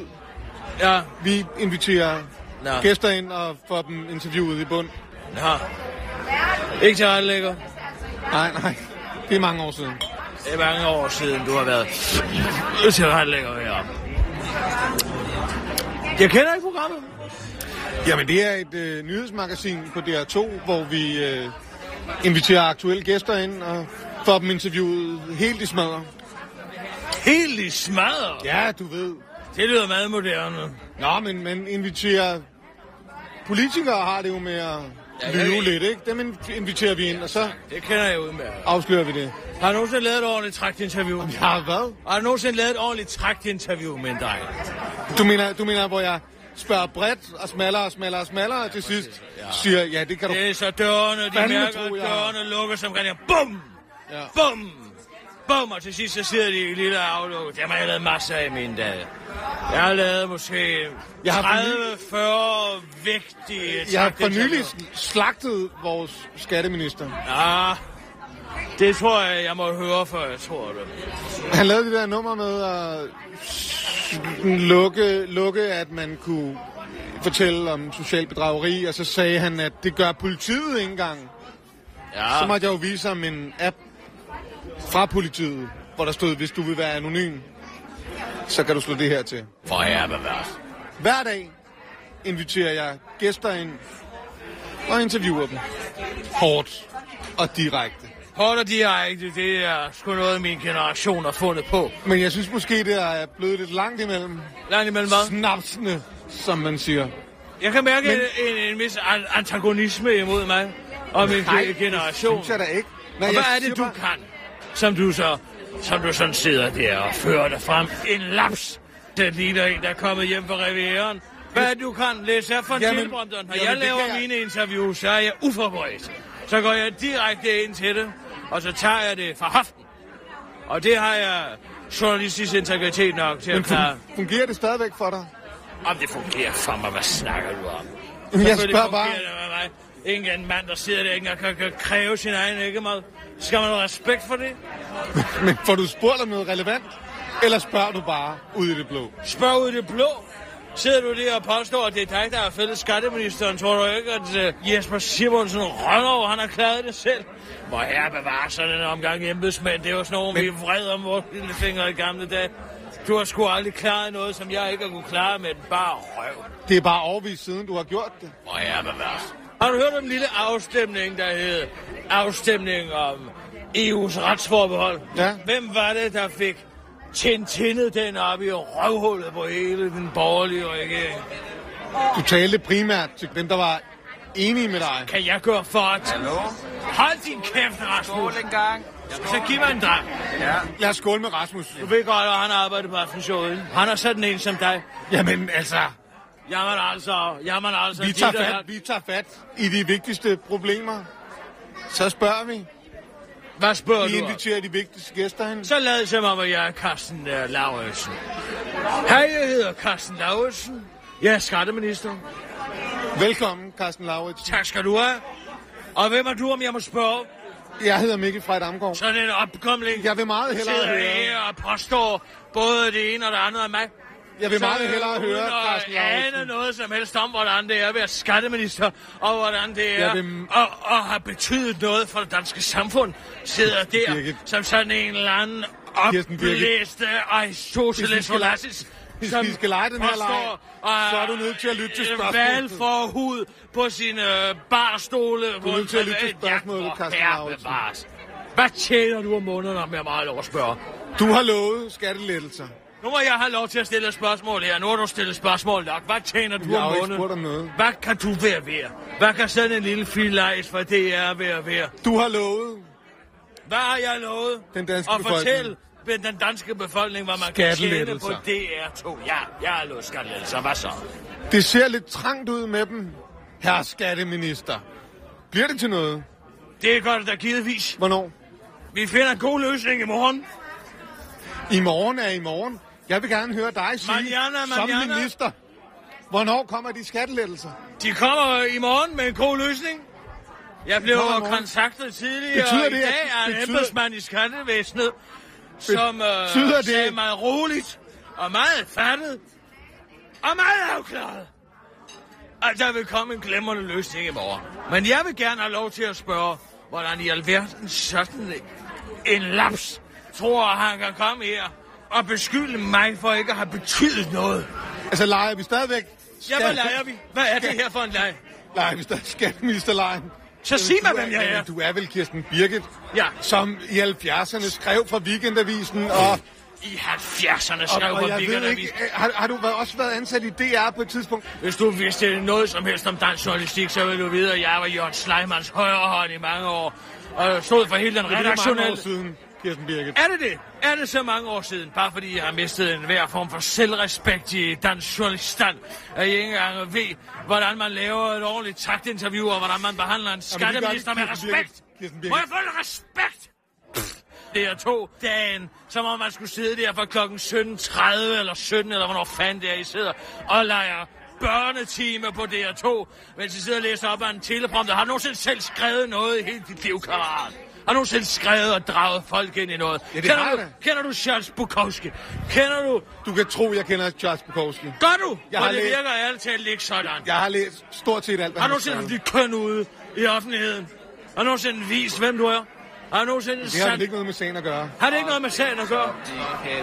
[SPEAKER 4] Ja.
[SPEAKER 9] Vi inviterer
[SPEAKER 4] Nå.
[SPEAKER 9] gæster ind og får dem interviewet i bund.
[SPEAKER 4] Nå. Ikke til anlægger.
[SPEAKER 9] Nej, nej. Det er mange år siden.
[SPEAKER 4] Det er mange år siden, du har været til anlægger heroppe. Jeg kender ikke programmet.
[SPEAKER 9] Jamen, det er et øh, nyhedsmagasin på DR2, hvor vi øh, inviterer aktuelle gæster ind og får dem interviewet helt i smadret.
[SPEAKER 4] Helt i smadret.
[SPEAKER 9] Ja, du ved.
[SPEAKER 4] Det lyder meget moderne.
[SPEAKER 9] Nå, men man inviterer... Politikere har det jo med at lyve
[SPEAKER 4] jeg-
[SPEAKER 9] lidt, ikke? Dem in- inviterer vi ind, og så
[SPEAKER 4] Det kender jeg udmærket.
[SPEAKER 9] afslører vi det.
[SPEAKER 4] Har du nogensinde lavet et ordentligt traktinterview?
[SPEAKER 9] Ja, hvad?
[SPEAKER 4] Har du nogensinde lavet et ordentligt traktinterview med en dreng?
[SPEAKER 9] Du mener, du mener hvor jeg spørger bredt og smallere og smallere og smallere, og til sidst siger, ja, det kan du...
[SPEAKER 4] Det er så dørene, de
[SPEAKER 9] Fandme
[SPEAKER 4] mærker, at
[SPEAKER 9] tror jeg.
[SPEAKER 4] dørene lukker som kan jeg. Bum!
[SPEAKER 9] Ja.
[SPEAKER 4] Bum! Bum! Og til sidst så sidder de i en lille aflukket. Dem har jeg lavet masser af i mine dage. Jeg har lavet måske
[SPEAKER 9] Jeg har for nylig-
[SPEAKER 4] 30-40 vigtige
[SPEAKER 9] Jeg har for
[SPEAKER 4] traktinterview.
[SPEAKER 9] nylig slagtet vores skatteminister.
[SPEAKER 4] Ja, det tror jeg, jeg må høre, før jeg tror det.
[SPEAKER 9] Han lavede det der nummer med at lukke, lukke, at man kunne fortælle om social bedrageri, og så sagde han, at det gør politiet ikke engang.
[SPEAKER 4] Ja.
[SPEAKER 9] Så måtte jeg jo vise ham en app fra politiet, hvor der stod, hvis du vil være anonym, så kan du slå det her til.
[SPEAKER 4] For her bevares.
[SPEAKER 9] Hver dag inviterer jeg gæster ind og interviewer dem. Hårdt og direkte.
[SPEAKER 4] Holder direkte, det er sgu noget, min generation har fundet på.
[SPEAKER 9] Men jeg synes måske, det er blevet lidt langt imellem
[SPEAKER 4] Langt imellem hvad?
[SPEAKER 9] snapsene, som man siger.
[SPEAKER 4] Jeg kan mærke
[SPEAKER 9] Men-
[SPEAKER 4] Men... en, en, en vis an- antagonisme imod mig og min Nej, generation.
[SPEAKER 9] Synes jeg da ikke. Nej,
[SPEAKER 4] og
[SPEAKER 9] jeg
[SPEAKER 4] hvad er
[SPEAKER 9] siger
[SPEAKER 4] det, du
[SPEAKER 9] bare-
[SPEAKER 4] kan, som du så som du sådan sidder der og fører dig frem? En laps, det ligner en, der er kommet hjem fra Rivieren. Hvad er det, du kan? Læs her fra
[SPEAKER 9] Jamen-
[SPEAKER 4] Tilbrømderen. Når
[SPEAKER 9] jamen,
[SPEAKER 4] jeg
[SPEAKER 9] det
[SPEAKER 4] laver
[SPEAKER 9] kan jeg-
[SPEAKER 4] mine interviews, så er jeg uforberedt. Så går jeg direkte ind til det, og så tager jeg det fra hoften. Og det har jeg journalistisk integritet nok til
[SPEAKER 9] Men
[SPEAKER 4] at klare.
[SPEAKER 9] fun- fungerer det stadigvæk for dig?
[SPEAKER 4] Om det fungerer for mig, hvad snakker du om?
[SPEAKER 9] Jeg
[SPEAKER 4] Selvfølgelig
[SPEAKER 9] spørger bare.
[SPEAKER 4] fungerer det med mig. Ingen anden mand, der sidder der ikke engang kan, kan kræve sin egen æggemad. Skal man have respekt for det?
[SPEAKER 9] Men får du spurgt om noget relevant? Eller spørger du bare ud i det blå?
[SPEAKER 4] Spørg ud i det blå. Sidder du der og påstår, at det er dig, der er fælles skatteministeren? Tror du ikke, at uh, Jesper Simonsen Rønnow, han har klaret det selv? Hvor herre bevare sådan en omgang embedsmænd. Det var sådan nogle, vi er vrede om vores lille fingre i gamle dage. Du har sgu aldrig klaret noget, som jeg ikke har kunne klare med den bare røv.
[SPEAKER 9] Det er bare overvist siden, du har gjort det.
[SPEAKER 4] Hvor er det værst? Har du hørt om en lille afstemning, der hed afstemning om EU's retsforbehold?
[SPEAKER 9] Ja.
[SPEAKER 4] Hvem var det, der fik tintinnet den op i røvhullet på hele den borgerlige regering?
[SPEAKER 9] Du talte primært til dem, der var enige med dig.
[SPEAKER 4] Kan jeg gøre for at... Hallo? Hold din kæft, Rasmus! Skål en gang. Så giv mig en dreng.
[SPEAKER 9] Lad os skåle med Rasmus.
[SPEAKER 4] Du ved godt, at han arbejder på aftenshowet. ikke? Han er sådan en som dig.
[SPEAKER 9] Jamen altså,
[SPEAKER 4] Jamen altså, jamen altså.
[SPEAKER 9] vi
[SPEAKER 4] de
[SPEAKER 9] tager,
[SPEAKER 4] der-
[SPEAKER 9] fat, vi tager fat i de vigtigste problemer. Så spørger vi.
[SPEAKER 4] Hvad spørger
[SPEAKER 9] Vi
[SPEAKER 4] du om?
[SPEAKER 9] inviterer de vigtigste gæster hen.
[SPEAKER 4] Så lad som om, at jeg er Carsten uh, Lauritsen. Hej, jeg hedder Carsten Lauritsen. Jeg er skatteminister.
[SPEAKER 9] Velkommen, Carsten Lauritsen.
[SPEAKER 4] Tak skal du have. Og hvem er du, om jeg må spørge?
[SPEAKER 9] Jeg hedder Mikkel Freit Amgaard.
[SPEAKER 4] Sådan en opkomling.
[SPEAKER 9] Jeg vil meget hellere
[SPEAKER 4] sidder
[SPEAKER 9] høre...
[SPEAKER 4] her og påstår både det ene og det andet af mig.
[SPEAKER 9] Jeg vil meget hellere høre,
[SPEAKER 4] Carsten Lauritsen.
[SPEAKER 9] Carsten Lauritsen.
[SPEAKER 4] ane noget som helst om, hvordan det er at være skatteminister, og hvordan det er
[SPEAKER 9] Jeg
[SPEAKER 4] at
[SPEAKER 9] vil-
[SPEAKER 4] og, og har betydet noget for det danske samfund, sidder der
[SPEAKER 9] Birgit.
[SPEAKER 4] som sådan en eller anden
[SPEAKER 9] Kirsten Birgit.
[SPEAKER 4] opblæste
[SPEAKER 9] Hvis vi
[SPEAKER 4] Aristoteles
[SPEAKER 9] skal-
[SPEAKER 4] Onassis,
[SPEAKER 9] hvis
[SPEAKER 4] som
[SPEAKER 9] vi skal lege den her
[SPEAKER 4] påstår,
[SPEAKER 9] leg, så er
[SPEAKER 4] at-
[SPEAKER 9] du nødt til at lytte til
[SPEAKER 4] øh,
[SPEAKER 9] spørgsmålet.
[SPEAKER 4] Valgforhud på sin øh, barstole. Du
[SPEAKER 9] nødt til at lytte til spørgsmålet, Carsten Lauritsen. Hvad tjener du om måneden, om jeg meget lov at spørge?
[SPEAKER 8] Du har lovet skattelettelser.
[SPEAKER 9] Nu må jeg have lov til at stille et spørgsmål her. Nu har du stillet spørgsmål nok. Hvad tjener du
[SPEAKER 8] Jeg har
[SPEAKER 9] om
[SPEAKER 8] jo ikke
[SPEAKER 9] måneden?
[SPEAKER 8] spurgt om noget.
[SPEAKER 9] Hvad kan du være ved? Hvad kan sådan en lille filajs fra DR være ved?
[SPEAKER 8] Du har lovet
[SPEAKER 9] Hvad har jeg lovet?
[SPEAKER 8] Den danske
[SPEAKER 9] Og
[SPEAKER 8] befolkning.
[SPEAKER 9] fortæl ved den danske befolkning, hvad man kan tjene på
[SPEAKER 8] Skattelettelser.
[SPEAKER 9] DR2. Ja, jeg har lovet skattelettelser. Hvad så?
[SPEAKER 8] Det ser lidt trangt ud med dem, herr skatteminister. Bliver det til noget?
[SPEAKER 9] Det gør det da givetvis.
[SPEAKER 8] Hvornår?
[SPEAKER 9] Vi finder en god løsning i morgen.
[SPEAKER 8] I morgen er i morgen. Jeg vil gerne høre dig sige,
[SPEAKER 9] Manana,
[SPEAKER 8] som
[SPEAKER 9] manana.
[SPEAKER 8] minister, hvornår kommer de skattelettelser?
[SPEAKER 9] De kommer i morgen med en god løsning. Jeg blev
[SPEAKER 8] Nå, i morgen.
[SPEAKER 9] kontaktet tidligere,
[SPEAKER 8] Betyder
[SPEAKER 9] og i
[SPEAKER 8] det,
[SPEAKER 9] dag
[SPEAKER 8] at-
[SPEAKER 9] er en
[SPEAKER 8] betyder-
[SPEAKER 9] embedsmand i skattevæsenet, som
[SPEAKER 8] betyder
[SPEAKER 9] øh,
[SPEAKER 8] det-
[SPEAKER 9] sagde mig roligt og meget fattet og meget afklaret, at der vil komme en glemrende løsning i morgen. Men jeg vil gerne have lov til at spørge, hvordan i alverden sådan en laps tror, at han kan komme her og beskylde mig for ikke at have betydet noget.
[SPEAKER 8] Altså, leger vi stadigvæk?
[SPEAKER 9] Ja,
[SPEAKER 8] skat-
[SPEAKER 9] hvad leger vi? Hvad er det her for en leg?
[SPEAKER 8] Leger vi stadig skatteministerlejen?
[SPEAKER 9] Så sig mig,
[SPEAKER 8] Du er-
[SPEAKER 9] hvem jeg er.
[SPEAKER 8] Du er vel Kirsten Birgit,
[SPEAKER 9] Ja.
[SPEAKER 8] som i 70'erne skrev for Weekendavisen, og,
[SPEAKER 9] I 70'erne
[SPEAKER 8] og,
[SPEAKER 9] skrev
[SPEAKER 8] og
[SPEAKER 9] på
[SPEAKER 8] jeg ved
[SPEAKER 9] Viggen
[SPEAKER 8] ikke, øh, har, har du været- også været ansat i DR på et tidspunkt?
[SPEAKER 9] Hvis du vidste noget som helst om dansk journalistik, så ville du vide, at jeg var Jørgen Sleimanns højre hånd i mange år. Og stod for hele den
[SPEAKER 8] Det er mange år
[SPEAKER 9] redaktionelle...
[SPEAKER 8] siden, Kirsten Birgit.
[SPEAKER 9] Er det det? Er det så mange år siden, bare fordi jeg har mistet en hver form for selvrespekt i dansk journalistan, at jeg ikke engang ved, hvordan man laver et ordentligt taktinterview, og hvordan man behandler en
[SPEAKER 8] gør vi,
[SPEAKER 9] skatteminister med
[SPEAKER 8] Kirsten Birgit.
[SPEAKER 9] respekt?
[SPEAKER 8] Kirsten Birgit.
[SPEAKER 9] Må jeg få lidt respekt? Det er to dagen, som om man skulle sidde der fra klokken 17.30 eller 17, eller hvornår fanden det er, I sidder og leger børnetime på DR2, mens I sidder og læser op af en teleprompter. Har du nogensinde selv skrevet noget i hele dit liv, kammerat? Har du nogensinde skrevet og draget folk ind i noget?
[SPEAKER 8] Ja, det
[SPEAKER 9] kender,
[SPEAKER 8] har
[SPEAKER 9] du,
[SPEAKER 8] jeg da.
[SPEAKER 9] kender du Charles Bukowski? Kender du...
[SPEAKER 8] Du kan tro, jeg kender Charles Bukowski.
[SPEAKER 9] Gør du?
[SPEAKER 8] Jeg
[SPEAKER 9] For
[SPEAKER 8] har
[SPEAKER 9] det
[SPEAKER 8] læst-
[SPEAKER 9] virker ærligt talt ikke sådan.
[SPEAKER 8] Jeg har læst stort set alt, hvad
[SPEAKER 9] Har du
[SPEAKER 8] han
[SPEAKER 9] nogensinde
[SPEAKER 8] skrev.
[SPEAKER 9] haft dit køn ude i offentligheden? Har du nogensinde vist, hvem du er? Har du nogensinde
[SPEAKER 8] Det har vel
[SPEAKER 9] sat
[SPEAKER 8] ikke noget med sagen at gøre.
[SPEAKER 9] Har det ikke noget med sagen at gøre?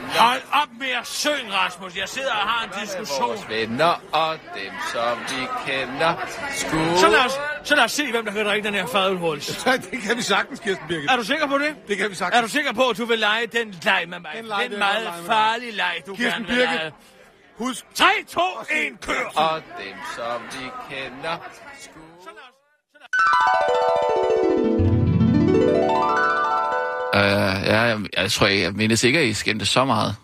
[SPEAKER 9] Hold op med at synge, Rasmus. Jeg sidder og har en diskussion.
[SPEAKER 5] venner og dem, som vi kender. Skål.
[SPEAKER 9] Så lad os, så lad os se, hvem der kan drikke den her fadølhuls.
[SPEAKER 8] det kan vi sagtens, Kirsten Birgit.
[SPEAKER 9] Er du sikker på det?
[SPEAKER 8] Det kan vi sagtens.
[SPEAKER 9] Er du sikker på, at du vil lege den leg med mig?
[SPEAKER 8] Den leg, vil
[SPEAKER 9] den
[SPEAKER 8] jeg godt
[SPEAKER 9] meget
[SPEAKER 8] lege med dig.
[SPEAKER 9] farlige leg, du
[SPEAKER 8] Kirsten
[SPEAKER 9] gerne vil
[SPEAKER 8] Birgit.
[SPEAKER 9] lege.
[SPEAKER 8] Husk,
[SPEAKER 9] 3, 2, 1, kør!
[SPEAKER 5] Og dem, som vi kender. Skål. Uh, ja, jeg, jeg tror ikke, jeg mindes ikke, at I skændte så meget.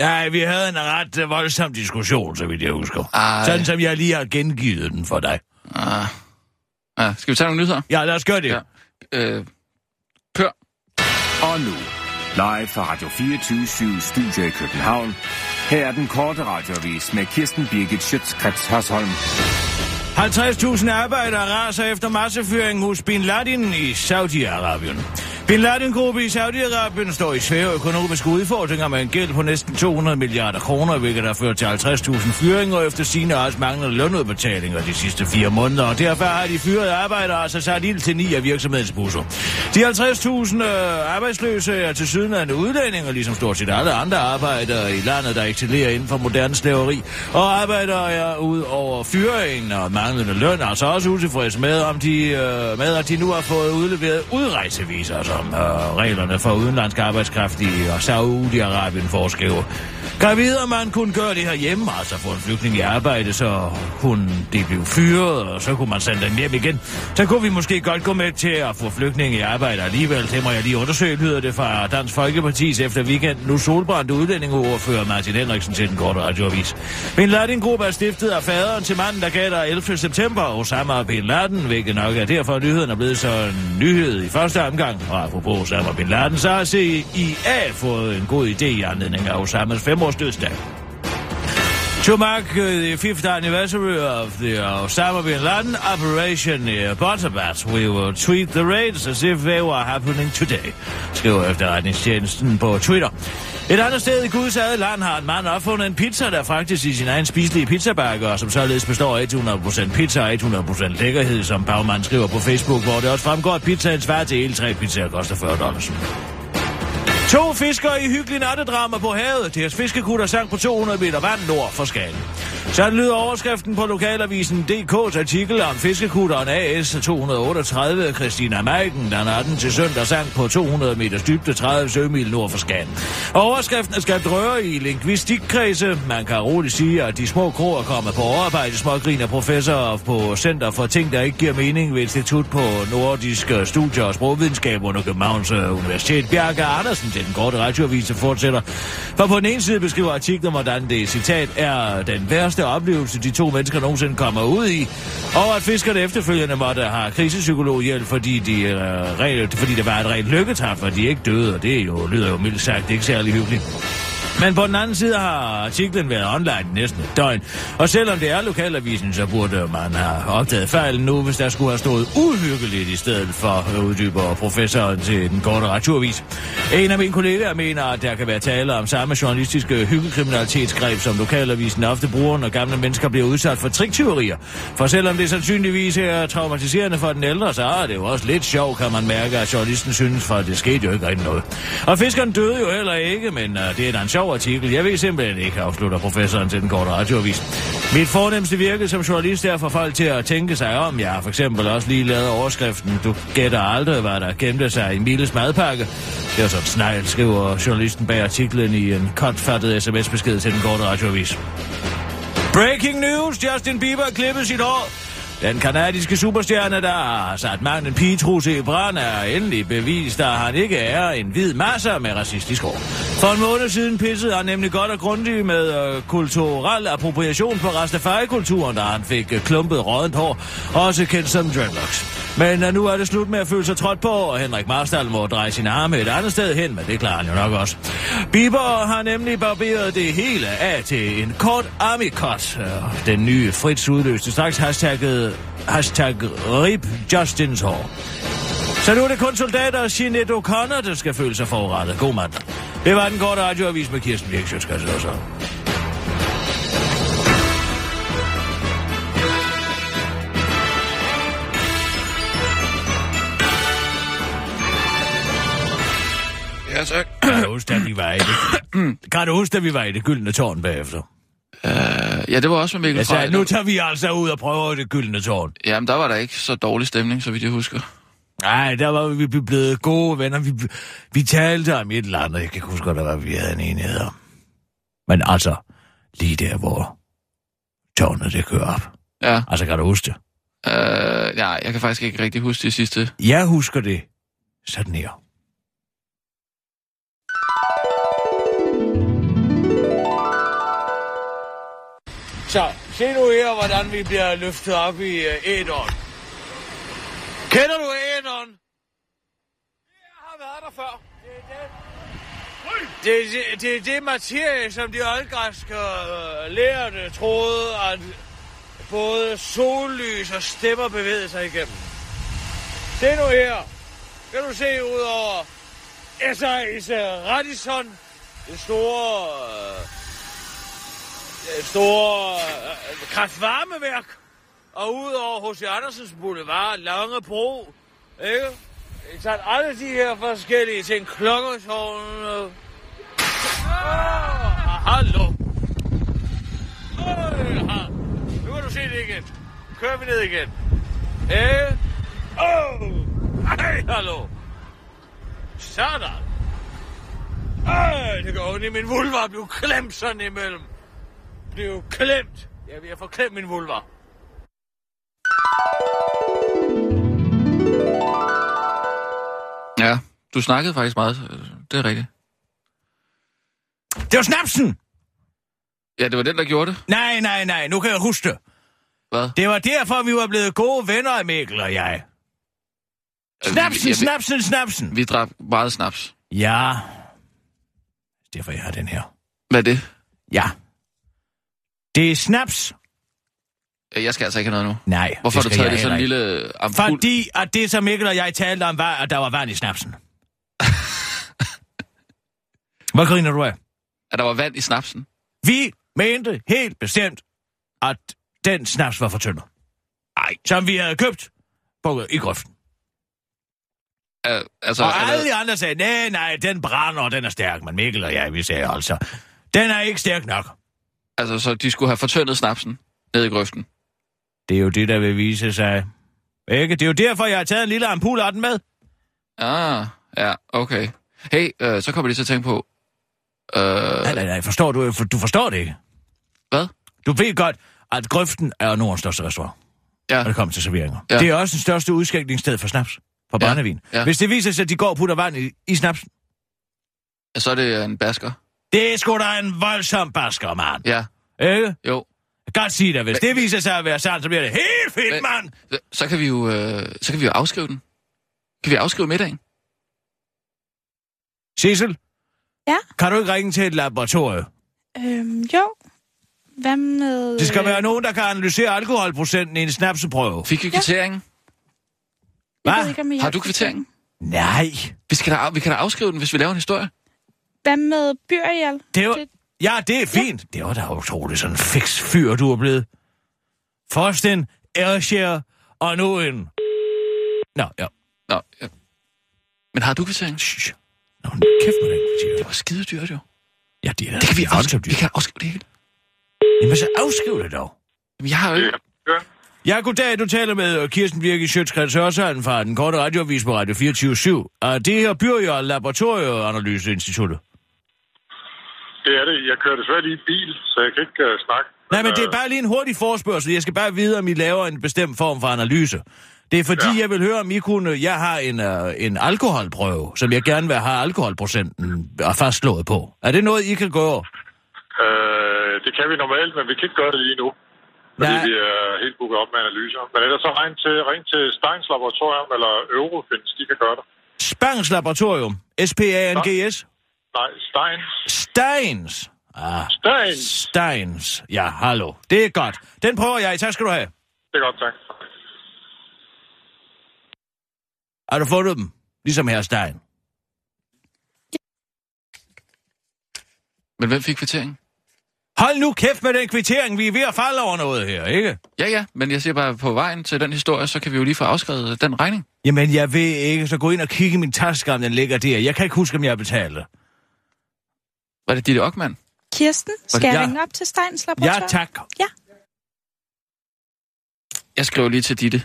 [SPEAKER 4] Nej, vi havde en ret øh, voldsom diskussion, så vidt jeg husker.
[SPEAKER 5] Ej.
[SPEAKER 4] Sådan som jeg lige har gengivet den for dig.
[SPEAKER 5] Uh, uh, skal vi tage nogle nyheder?
[SPEAKER 4] Ja, lad os gøre det.
[SPEAKER 5] Ja. Uh, kør.
[SPEAKER 2] Og nu, live fra Radio 24 Studio i København. Her er den korte radiovis med Kirsten Birgit Schøtzgrads Hasholm.
[SPEAKER 4] 50.000 arbejdere raser efter massefyring hos Bin Laden i Saudi-Arabien. Bin Laden-gruppe i Saudi-Arabien står i svære økonomiske udfordringer med en gæld på næsten 200 milliarder kroner, hvilket har ført til 50.000 fyringer og efter sine også manglende lønudbetalinger de sidste fire måneder. Og derfor har de fyrede arbejdere altså sat ild til ni af virksomhedens busser. De 50.000 øh, arbejdsløse er til sydenlande udlændinge, ligesom stort set alle andre arbejdere i landet, der excellerer inden for moderne slaveri. Og arbejdere er ud over fyringen og manglende løn, altså også utilfredse med, om de, øh, med, at de nu har fået udleveret udrejseviser, som øh, reglerne for udenlandsk arbejdskraft i Saudi-Arabien foreskriver. Kan vide, om man kunne gøre det her hjemme, altså få en flygtning i arbejde, så kunne de blive fyret, og så kunne man sende dem hjem igen. Så kunne vi måske godt gå med til at få flygtninge i arbejde alligevel. Det må jeg lige undersøge, lyder det fra Dansk Folkeparti's efter weekenden nu solbrændte udlændingeordfører Martin Henriksen til den korte radioavis. Bin Laden-gruppe er stiftet af faderen til manden, der gav dig 11. september, Osama Bin Laden, hvilket nok er derfor, at nyheden er blevet så en nyhed i første omgang. Og apropos Osama Bin Laden, så har CIA fået en god idé i anledning af Osamas femårs dødsdag. To mark uh, the fifth anniversary of the Osama bin Laden operation øh, near Botterbat, we will treat the raids as if they were happening today, skriver efterretningstjenesten på Twitter. Et andet sted i Guds eget land har en mand opfundet en pizza, der faktisk i sin egen spiselige pizzabakke, og som således består af 100% pizza og 100% lækkerhed, som Bagman skriver på Facebook, hvor det også fremgår, at pizzaen svarer til hele tre pizzaer koster 40 dollars. To fiskere i hyggelig nattedrama på havet. Deres fiskekutter sank på 200 meter vand nord for Skagen. Sådan lyder overskriften på lokalavisen DK's artikel om fiskekutteren AS 238 Christina Meiken, den 18 til søndag sank på 200 meters dybde 30 sømil nord for Skagen. Overskriften er skabt røre i lingvistikkredse. Man kan roligt sige, at de små kroer kommer på overarbejde, smågriner professor på Center for Ting, der ikke giver mening ved Institut på Nordiske Studier og Sprogvidenskab under Københavns øh, Universitet. Bjarke Andersen til den korte radioavise fortsætter. For på den ene side beskriver artiklen, hvordan det citat er den værste oplevelse, de to mennesker nogensinde kommer ud i, og at fiskerne efterfølgende måtte have krisepsykologhjælp, fordi, de, øh, rent, fordi det var et rent lykketræf, og de ikke døde, og det er jo, lyder jo mildt sagt ikke særlig hyggeligt. Men på den anden side har artiklen været online næsten et døgn. Og selvom det er lokalavisen, så burde man have opdaget fejlen nu, hvis der skulle have stået uhyggeligt i stedet for uddyber professoren til den korte returavis. En af mine kollegaer mener, at der kan være tale om samme journalistiske hyggekriminalitetsgreb, som lokalavisen ofte bruger, når gamle mennesker bliver udsat for triktyverier. For selvom det sandsynligvis er traumatiserende for den ældre, så er Ah, det jo også lidt sjovt, kan man mærke, at journalisten synes, for det skete jo ikke rigtig noget. Og fiskeren døde jo heller ikke, men øh, det er da en sjov artikel. Jeg ved simpelthen ikke, afslutter professoren til den korte radioavis. Mit fornemmeste virke som journalist er at få folk til at tænke sig om. Jeg har for eksempel også lige lavet overskriften, du gætter aldrig, hvad der gemte sig i Miles madpakke. Det var sådan snegl, skriver journalisten bag artiklen i en kortfattet sms-besked til den korte radioavis. Breaking news! Justin Bieber klippede sit hår. Den kanadiske superstjerne, der har sat manden pigetrusse i brand, er endelig bevist, at han ikke er en hvid masse med racistisk hår. For en måned siden pissede han nemlig godt og grundigt med øh, kulturel appropriation på Rastafari-kulturen, da han fik øh, klumpet rådent hår, også kendt som dreadlocks. Men øh, nu er det slut med at føle sig trådt på, og Henrik Marstal må dreje sin arme et andet sted hen, men det klarer han jo nok også. Bieber har nemlig barberet det hele af til en kort armikot. Øh, Den nye Fritz udløste straks hashtagget hashtag RIP Justins hår. Så nu er det kun soldater og Jeanette O'Connor, der skal føle sig forurettet. God mand. Det var den korte radioavis med Kirsten Virksjøs, skal det så.
[SPEAKER 5] Ja, tak.
[SPEAKER 4] Kan du huske, da vi var i det? Kan du huske, da vi var i det gyldne tårn bagefter?
[SPEAKER 5] Ja, det var også med Mikkel
[SPEAKER 4] Jeg sagde,
[SPEAKER 5] Frey.
[SPEAKER 4] nu tager vi altså ud og prøver det gyldne tårn.
[SPEAKER 5] Jamen, der var der ikke så dårlig stemning, så vidt jeg husker.
[SPEAKER 4] Nej, der var vi blevet gode venner. Vi, vi talte om et eller andet. Jeg kan ikke huske, hvad der var, vi havde en enighed om. Men altså, lige der, hvor tårnet det kører op.
[SPEAKER 5] Ja.
[SPEAKER 4] Altså, kan du huske det?
[SPEAKER 5] Øh, nej, jeg kan faktisk ikke rigtig huske det sidste.
[SPEAKER 4] Jeg husker det sådan her.
[SPEAKER 9] Så, se nu her, hvordan vi bliver løftet op i uh, Edon. Kender du Edon? Jeg har været der før. Det, er det, det er det materie, som de oldgræske øh, lærerne troede, at både sollys og stemmer bevægede sig igennem. Se nu her. Kan du se ud over S.A.S. øh, Radisson, det store øh, øh, store øh, kraftvarmeværk. Og ud over H.C. Andersens Boulevard, Langebro, ikke? Så alle de her forskellige ting, klokketårnen og... Åh, hallo! Øj, ha. Nu kan du se det igen. Kører vi ned igen. Øh? Åh! Ej, Oh! hallo! Sådan! Øj, det går ondt i min vulva at blive klemt sådan imellem blev klemt. Jeg er ved at få klemt min vulva.
[SPEAKER 5] Ja, du snakkede faktisk meget. øh, Det er rigtigt.
[SPEAKER 4] Det var snapsen!
[SPEAKER 5] Ja, det var den, der gjorde det.
[SPEAKER 4] Nej, nej, nej, nu kan jeg huske det.
[SPEAKER 5] Hvad?
[SPEAKER 4] Det var derfor, vi var blevet gode venner, Mikkel og jeg.
[SPEAKER 5] Øh, vi-
[SPEAKER 4] Snapsen,
[SPEAKER 5] ja, vi-
[SPEAKER 4] snapsen, snapsen!
[SPEAKER 5] Vi drak meget snaps.
[SPEAKER 4] Ja. Derfor jeg har den her.
[SPEAKER 5] Hvad er det?
[SPEAKER 4] Ja. Det er snaps.
[SPEAKER 5] Øh, Jeg skal altså ikke have noget nu.
[SPEAKER 4] Nej,
[SPEAKER 5] Hvorfor har du
[SPEAKER 4] skal
[SPEAKER 5] taget
[SPEAKER 4] jeg
[SPEAKER 5] det sådan en
[SPEAKER 4] heller
[SPEAKER 5] lille øh,
[SPEAKER 4] ikke.
[SPEAKER 5] ampul?
[SPEAKER 4] Fordi at det, som Mikkel og jeg talte om, var, at der var vand i snapsen. Hvad griner du af?
[SPEAKER 5] At der var vand i snapsen.
[SPEAKER 4] Vi mente helt bestemt, at den snaps var for tyndet. Ej. Som vi havde købt på, i grøften.
[SPEAKER 5] al- altså...
[SPEAKER 4] Og
[SPEAKER 5] allerede-
[SPEAKER 4] alle de andre sagde, nej, nej, den brænder, og den er stærk. Men Mikkel og jeg, vi sagde altså, den er ikke stærk nok.
[SPEAKER 5] Altså, så de skulle have fortyndet snapsen ned i grøften.
[SPEAKER 4] Det er jo det, der vil vise sig. Ikke? Det er jo derfor, jeg har taget en lille ampul af den med.
[SPEAKER 5] Ah, ja, okay. Hey, øh, så kommer de til at tænke på... Øh,
[SPEAKER 4] Nej, nej, nej, forstår du, for, du forstår det ikke.
[SPEAKER 5] Hvad?
[SPEAKER 4] Du ved godt, at grøften er Nordens største restaurant,
[SPEAKER 5] Ja,
[SPEAKER 4] når det kommer til serveringer.
[SPEAKER 5] Ja.
[SPEAKER 4] Ja. Det er også den største udskænkningssted for snaps, for
[SPEAKER 5] Ja,
[SPEAKER 4] brændevin.
[SPEAKER 5] ja.
[SPEAKER 4] Hvis det viser sig, at de går og putter vand i, i snapsen,
[SPEAKER 5] så er det en basker.
[SPEAKER 4] det er sgu da en voldsom basker, mand.
[SPEAKER 5] Ja,
[SPEAKER 4] Ikke?
[SPEAKER 5] jo.
[SPEAKER 4] Jeg kan godt sige dig, hvis
[SPEAKER 5] Men-
[SPEAKER 4] det viser sig at være sandt, så bliver det helt fedt,
[SPEAKER 5] Men-
[SPEAKER 4] mand.
[SPEAKER 5] Så- Så kan vi jo, øh, så kan vi jo afskrive den. Kan vi afskrive middagen?
[SPEAKER 4] Sissel?
[SPEAKER 7] Ja?
[SPEAKER 4] Kan du ikke ringe til et laboratorium?
[SPEAKER 7] Øhm, jo. Hvad med...
[SPEAKER 4] Det skal
[SPEAKER 7] øh,
[SPEAKER 4] være nogen, der kan analysere alkoholprocenten i en snapseprøve.
[SPEAKER 5] Fik vi kvitteringen?
[SPEAKER 7] jeg
[SPEAKER 4] Hva?
[SPEAKER 7] ved ikke, om I
[SPEAKER 5] Har du kvittering?
[SPEAKER 4] Nej.
[SPEAKER 5] Vi, skal da, af- vi kan da afskrive den, hvis vi laver en historie.
[SPEAKER 7] Hvad med Byrial?
[SPEAKER 4] Det var...
[SPEAKER 7] Det-
[SPEAKER 4] Ja, det er fint. Det var da utroligt sådan en fix fyr, du er blevet. Først en Airshare, og nu en... Nå, ja.
[SPEAKER 5] Nå, ja. Men har du kvitteringen?
[SPEAKER 4] Shh. Nå, men kæft med den
[SPEAKER 5] Det
[SPEAKER 4] kvarter.
[SPEAKER 5] var skide dyrt, jo.
[SPEAKER 4] Ja, det er
[SPEAKER 5] Det kan vi afskrive.
[SPEAKER 4] voldsomt
[SPEAKER 5] Vi
[SPEAKER 4] dyrt.
[SPEAKER 5] kan afskrive det hele.
[SPEAKER 4] Jamen, så afskriv det dog.
[SPEAKER 5] Jamen, jeg har jo ikke...
[SPEAKER 4] Ja, goddag. Du taler med øh, Kirsten Birke Sjøtskreds Hørsholm fra den korte radioavis på Radio 24 Og det her byer Laboratorieanalyseinstituttet.
[SPEAKER 6] Det er det. Jeg kører desværre lige i bil, så jeg kan ikke uh, snakke.
[SPEAKER 4] Nej, men det er bare lige en hurtig forspørgsel. Jeg skal bare vide, om I laver en bestemt form for analyse. Det er fordi, ja.
[SPEAKER 6] Ja.
[SPEAKER 4] jeg vil høre, om I kunne... Jeg har en, øh, en alkoholprøve, som jeg gerne vil have alkoholprocenten øh, fastslået på. Er det noget, I kan gå over?
[SPEAKER 6] Øh, det kan vi normalt, men vi kan ikke gøre det lige nu. Fordi
[SPEAKER 4] Nej.
[SPEAKER 6] vi er helt booket op med analyser. Men ellers så ring til, ring til Steins Laboratorium eller Eurofins, de kan gøre det.
[SPEAKER 4] Spangs Laboratorium. S-P-A-N-G-S.
[SPEAKER 6] Nej, Steins.
[SPEAKER 4] Steins. Ah,
[SPEAKER 6] Steins!
[SPEAKER 4] Steins. Ja, hallo. Det er godt. Den prøver jeg. Tak skal du have.
[SPEAKER 6] Det er godt, tak.
[SPEAKER 4] Har du fundet dem? Ligesom her Stein.
[SPEAKER 5] Men hvem fik kvitteringen?
[SPEAKER 4] Hold nu kæft med den kvittering. Vi er ved at falde over noget her, ikke?
[SPEAKER 5] Ja, ja, men jeg siger bare, på vejen til den historie, så kan vi jo lige få afskrevet den regning.
[SPEAKER 4] Jamen, jeg ved ikke. Så gå ind og kigge i min taske, om den ligger der. Jeg kan ikke huske, om jeg betalte.
[SPEAKER 5] Var det Ditte Ockmann?
[SPEAKER 7] Kirsten, skal jeg
[SPEAKER 4] Ja.
[SPEAKER 7] ringe op til Steins
[SPEAKER 4] Ja,
[SPEAKER 7] Laboratorium?
[SPEAKER 4] tak.
[SPEAKER 5] Jeg skriver lige til Ditte.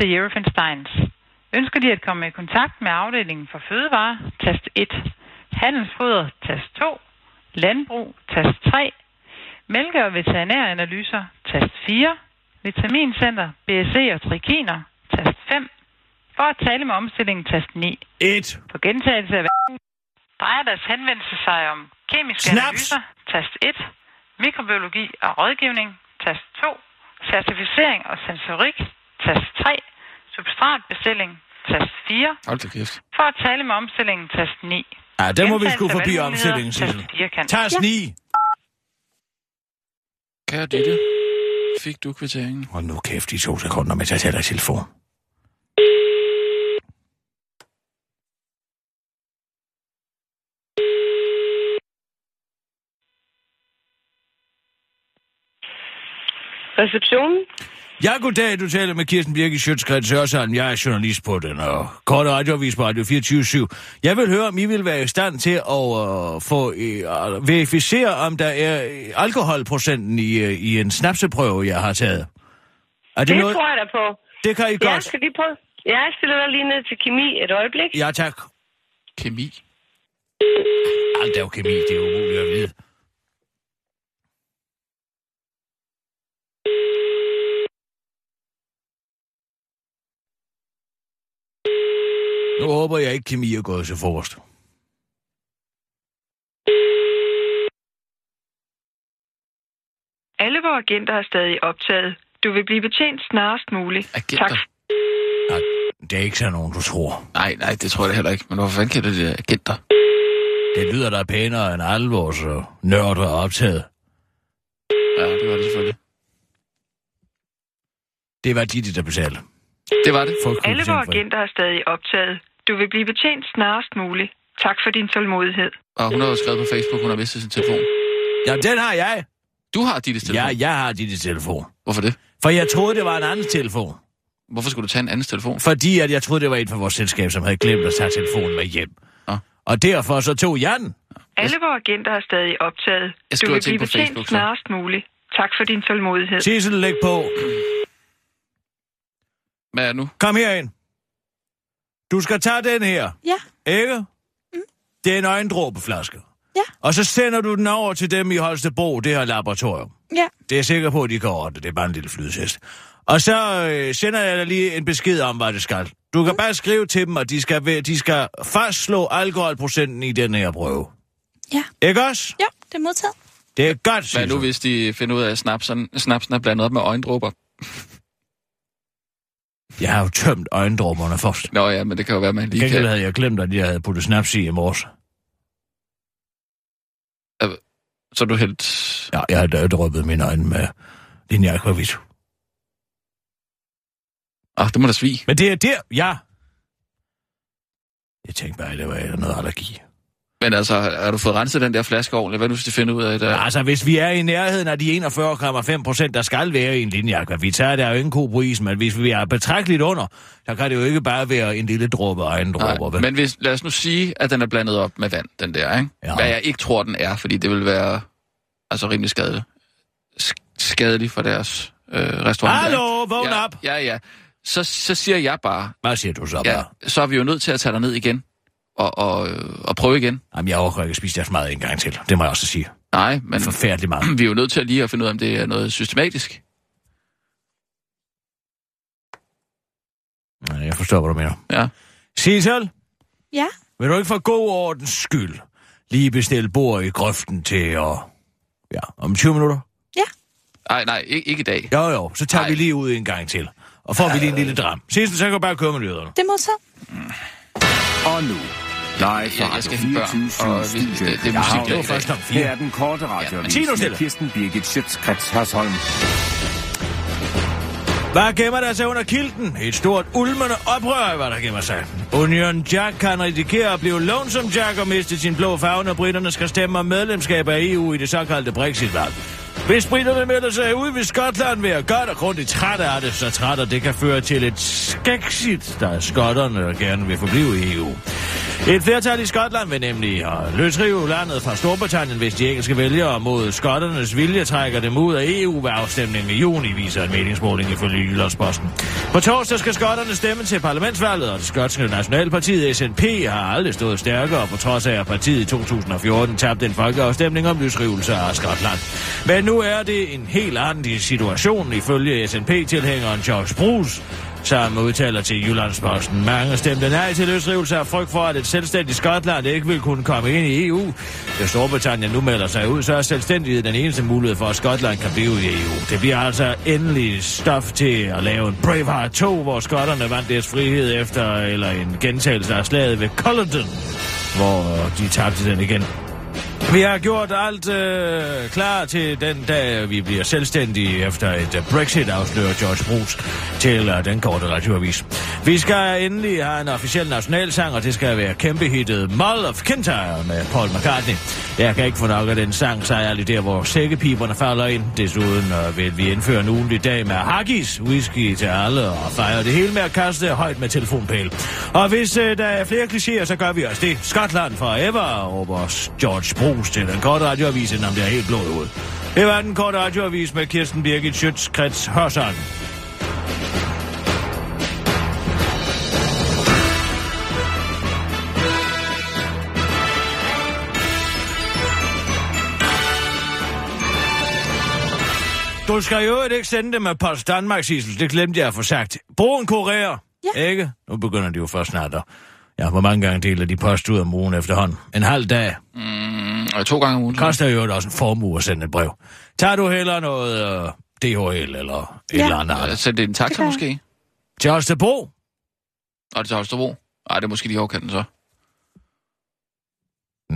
[SPEAKER 10] til Eurofin Steins. Ønsker de at komme i kontakt med afdelingen for fødevare, tast 1. Handelsfoder, tast 2. Landbrug, tast 3. Mælke- og veterinæranalyser, tast 4. Vitamincenter, BSC og trikiner, tast 5. For at tale med omstillingen, tast 9.
[SPEAKER 4] Et.
[SPEAKER 10] For gentagelse af drejer deres henvendelse sig om kemiske
[SPEAKER 4] Snaps!
[SPEAKER 10] analyser, tast 1, mikrobiologi og rådgivning, tast 2, certificering og sensorik, tast 3, substratbestilling, tast 4,
[SPEAKER 5] Hold da kæft.
[SPEAKER 10] for at tale med omstillingen, tast 9.
[SPEAKER 4] Ja, der må vi
[SPEAKER 10] Gentagelse
[SPEAKER 4] sgu
[SPEAKER 10] af
[SPEAKER 4] forbi
[SPEAKER 10] valgmuligheder,
[SPEAKER 4] omstillingen,
[SPEAKER 10] tast
[SPEAKER 4] Sissel.
[SPEAKER 10] firkant.
[SPEAKER 4] Tag sni.
[SPEAKER 5] Kære Ditte, fik du kvitteringen?
[SPEAKER 4] Hold nu kæft i to sekunder, mens jeg tager dig telefon.
[SPEAKER 11] Receptionen?
[SPEAKER 4] Ja, goddag. Du taler med Kirsten Birke Sjøtskreds Hørsholm. Jeg er journalist på den og korte radioavis på Radio 24 Jeg vil høre, om I vil være i stand til at øh, få øh, verificere, om der er øh, alkoholprocenten i, øh, i en snapseprøve, jeg har taget. Er det,
[SPEAKER 11] Det,
[SPEAKER 4] noget?
[SPEAKER 11] tror jeg da på.
[SPEAKER 4] Det kan I
[SPEAKER 11] Jeg
[SPEAKER 4] godt.
[SPEAKER 11] skal lige prøve. Jeg stiller dig lige ned til kemi et øjeblik.
[SPEAKER 4] Ja, tak.
[SPEAKER 5] Kemi.
[SPEAKER 4] Alt er jo kemi, det er jo umuligt at vide. Nu håber jeg ikke, kemi er gået så forrest.
[SPEAKER 11] Alle vores agenter har stadig optaget. Du vil blive betjent snarest muligt.
[SPEAKER 5] Agenter.
[SPEAKER 4] Nej, det er ikke sådan nogen, du tror.
[SPEAKER 5] Nej, nej, det tror jeg da heller ikke. Men hvorfor fanden kan det det agenter?
[SPEAKER 4] Det lyder da pænere end alle vores øh, nørder er optaget.
[SPEAKER 5] Ja, det var det selvfølgelig.
[SPEAKER 4] Det var Didi, der betalte.
[SPEAKER 5] Det var det.
[SPEAKER 4] Folk kunne
[SPEAKER 11] Alle
[SPEAKER 4] betale
[SPEAKER 11] vores
[SPEAKER 4] for det.
[SPEAKER 11] agenter har stadig optaget. Du vil blive betjent snarest muligt. Tak for din tålmodighed.
[SPEAKER 5] Og hun har jo skrevet på Facebook, hun har mistet sin telefon.
[SPEAKER 4] Ja, den har jeg.
[SPEAKER 5] Du har Dittes telefon.
[SPEAKER 4] Ja, jeg har Didis telefon.
[SPEAKER 5] Hvorfor det?
[SPEAKER 4] For jeg troede, det var en anden telefon.
[SPEAKER 5] Hvorfor skulle du tage en andens telefon?
[SPEAKER 4] Fordi at jeg troede, det var en fra vores selskab, som havde glemt at tage telefonen med hjem.
[SPEAKER 5] Ah.
[SPEAKER 4] Ja. Og derfor så tog jeg den.
[SPEAKER 11] Alle vores agenter er stadig optaget.
[SPEAKER 5] Jeg
[SPEAKER 11] Du
[SPEAKER 5] skriver
[SPEAKER 11] vil
[SPEAKER 5] til
[SPEAKER 11] blive
[SPEAKER 5] hende på
[SPEAKER 11] betjent
[SPEAKER 5] Facebook, så.
[SPEAKER 11] snarest muligt. Tak for din tålmodighed.
[SPEAKER 4] Sissel, læg på.
[SPEAKER 5] Hvad er nu?
[SPEAKER 4] Kom herind. Du skal tage den her,
[SPEAKER 7] Ja,
[SPEAKER 4] ikke? Mm. Det er en øjendråbeflaske.
[SPEAKER 7] Ja.
[SPEAKER 4] Og så sender du den over til dem i Holstebro, det her laboratorium.
[SPEAKER 7] ja.
[SPEAKER 4] Det er jeg sikker på, at de kan ordne. Det er bare en lille flydtest. Og så øh, sender jeg dig lige en besked om, hvad det skal. Du
[SPEAKER 7] Mm.
[SPEAKER 4] kan bare skrive til dem, at de skal, væ- de skal fastslå alkoholprocenten i den her prøve.
[SPEAKER 7] Ja.
[SPEAKER 4] Ikke også?
[SPEAKER 7] Jo, det er modtaget.
[SPEAKER 4] Det er godt,
[SPEAKER 5] Hvad nu,
[SPEAKER 4] Sissel.
[SPEAKER 5] hvis de finder ud af, at snapsen, snapsen er blandet op med øjendråber?
[SPEAKER 4] Jeg har jo tømt øjendråberne først.
[SPEAKER 5] Nå ja, men det kan jo være, at man
[SPEAKER 4] Til
[SPEAKER 5] lige
[SPEAKER 4] Gengæld
[SPEAKER 5] kan...
[SPEAKER 4] havde jeg glemt, at jeg havde puttet snaps i i morges.
[SPEAKER 5] Så du helt...
[SPEAKER 4] Ja, jeg havde da drøbet mine øjne med linje akvavit.
[SPEAKER 5] Ah, det må da svige.
[SPEAKER 4] Men det er der, ja. Jeg tænkte bare, at det var noget allergi.
[SPEAKER 5] Men altså, har du fået renset den der flaske ordentligt? Hvad nu, hvis de finder ud af, at... øh,
[SPEAKER 4] Ja. Altså, hvis vi er i nærheden af de 41,5 procent, der skal være i en linjeakvavit, så er der jo ingen ko på isen, men hvis vi er betragteligt under, så kan det jo ikke bare være en lille dråbe og en dråbe.
[SPEAKER 5] Nej,
[SPEAKER 4] vel?
[SPEAKER 5] men hvis, lad os nu sige, at den er blandet op med vand, den der, ikke?
[SPEAKER 4] Ja.
[SPEAKER 5] Ja. Hvad jeg ikke tror, den er, fordi det vil være altså rimelig skadeligt, sk- skadeligt for deres øh, restaurant.
[SPEAKER 4] Hallo,
[SPEAKER 5] der,
[SPEAKER 4] vågn
[SPEAKER 5] ikke?
[SPEAKER 4] ja.
[SPEAKER 5] ja,
[SPEAKER 4] op!
[SPEAKER 5] Ja, ja. Så, så siger jeg bare,
[SPEAKER 4] Hvad siger du så bare?
[SPEAKER 5] ja, så er vi jo nødt til at tage dig ned igen og, og, øh, og prøve igen.
[SPEAKER 4] Jamen, jeg overgår ikke at spise deres mad en gang til. Det må jeg også sige.
[SPEAKER 5] Nej, men
[SPEAKER 4] Forfærdelig meget.
[SPEAKER 5] vi er jo nødt til at lige at finde ud af, om det er noget systematisk.
[SPEAKER 4] Nej, Jeg forstår, hvad du mener.
[SPEAKER 5] Ja.
[SPEAKER 4] Sissel,
[SPEAKER 7] Ja,
[SPEAKER 4] vil du ikke for god ordens skyld lige bestille bord i grøften til og... Ja, om 20 minutter?
[SPEAKER 5] Nej, nej, ikke, ikke i dag.
[SPEAKER 4] Jo, jo, så tager Ej.
[SPEAKER 5] Ej.
[SPEAKER 4] vi lige ud en gang til. Og får vi lige en lille dram. Sissel, så kan du bare køre med nyhederne.
[SPEAKER 7] det er modtaget.
[SPEAKER 2] Og nu, live
[SPEAKER 5] Jeg-
[SPEAKER 2] fra
[SPEAKER 5] jeg skal
[SPEAKER 2] Radio
[SPEAKER 5] hente børn,
[SPEAKER 2] 24
[SPEAKER 5] og vi-
[SPEAKER 2] Studio
[SPEAKER 5] det- det er
[SPEAKER 2] i København.
[SPEAKER 5] musik, der er i dag.
[SPEAKER 4] Først om fire.
[SPEAKER 2] Her er den korte radioavis
[SPEAKER 4] Ja, men- Sig nu
[SPEAKER 2] med
[SPEAKER 4] stille.
[SPEAKER 2] Kirsten Birgit Schøtzgrads Hasholm.
[SPEAKER 4] Hvad gemmer der sig under kilden? Et stort ulmende oprør, hvad der gemmer sig. Union Jack kan risikere at blive lonesome Jack og miste sin blå farve, når britterne skal stemme om medlemskab af EU i det såkaldte Brexit-valg. Hvis britterne melder sig ud, vil Skotland være godt og grundigt træt af det, så træt, at det kan føre til et skexit, der er skotterne, der gerne vil forblive i E EU. Et flertal i Skotland vil nemlig øh, løsrive landet fra Storbritannien, hvis de engelske vælgere mod skotternes vilje trækker dem ud af EU ved afstemningen i juni, viser en meningsmåling ifølge Jyllandsposten. På torsdag skal skotterne stemme til parlamentsvalget, og det skotske nationalparti SNP har aldrig stået stærkere, på trods af at partiet i 2014 tabte en folkeafstemning om løsrivelse af Skotland. Men nu er det en helt anden situation ifølge SNP-tilhængeren George Bruce, som udtaler til Jyllandsposten. Mange stemte nej til løsrivelse af frygt for, at et selvstændigt Skotland ikke vil kunne komme ind i EU. Da Storbritannien nu melder sig ud, så er selvstændighed den eneste mulighed for, at Skotland kan blive i EU. Det bliver altså endelig stof til at lave en Braveheart 2, hvor skotterne vandt deres frihed efter, eller en gentagelse af slaget ved Culloden, hvor de tabte den igen. Vi har gjort alt øh, klar til den dag, vi bliver selvstændige efter et øh, Brexit, afslører George Bruce til øh, den korte radioavis. Vi skal endelig have en officiel nationalsang, og det skal være kæmpehittet Mull of Kintyre med Paul McCartney. Jeg kan ikke få nok af den sang, så er det der, hvor sækkepiberne falder ind. Desuden øh, vil vi indføre en ugentlig dag med haggis, whisky til alle og fejre det hele med at kaste højt med telefonpæl. Og hvis øh, der er flere klichéer, så gør vi også det. Skotland forever, råber George Bruce til den korte radioavis, inden han bliver helt blå i hovedet. Det var den korte radioavis med Kirsten Birgit Schøtzgrads Hørsson. Du skal jo ikke sende det med Post Danmark, Sissel. Det glemte jeg at få sagt. Brug en kurér. Ja. Ikke? Nu begynder de jo først snart at... Ja, hvor mange gange deler de post ud om ugen efterhånden? En halv dag.
[SPEAKER 5] Mm, og to gange om ugen.
[SPEAKER 4] Koster jo også en formue at sende et brev. Tager du heller noget øh, DHL eller et
[SPEAKER 7] Ja.
[SPEAKER 4] eller andet?
[SPEAKER 5] Øh,
[SPEAKER 4] andet?
[SPEAKER 5] Send det en
[SPEAKER 7] Det
[SPEAKER 5] taxa
[SPEAKER 7] gør jeg.
[SPEAKER 5] måske?
[SPEAKER 4] Til Holstebro?
[SPEAKER 5] Og det til Holstebro? Nej, det er måske lige overkanten så.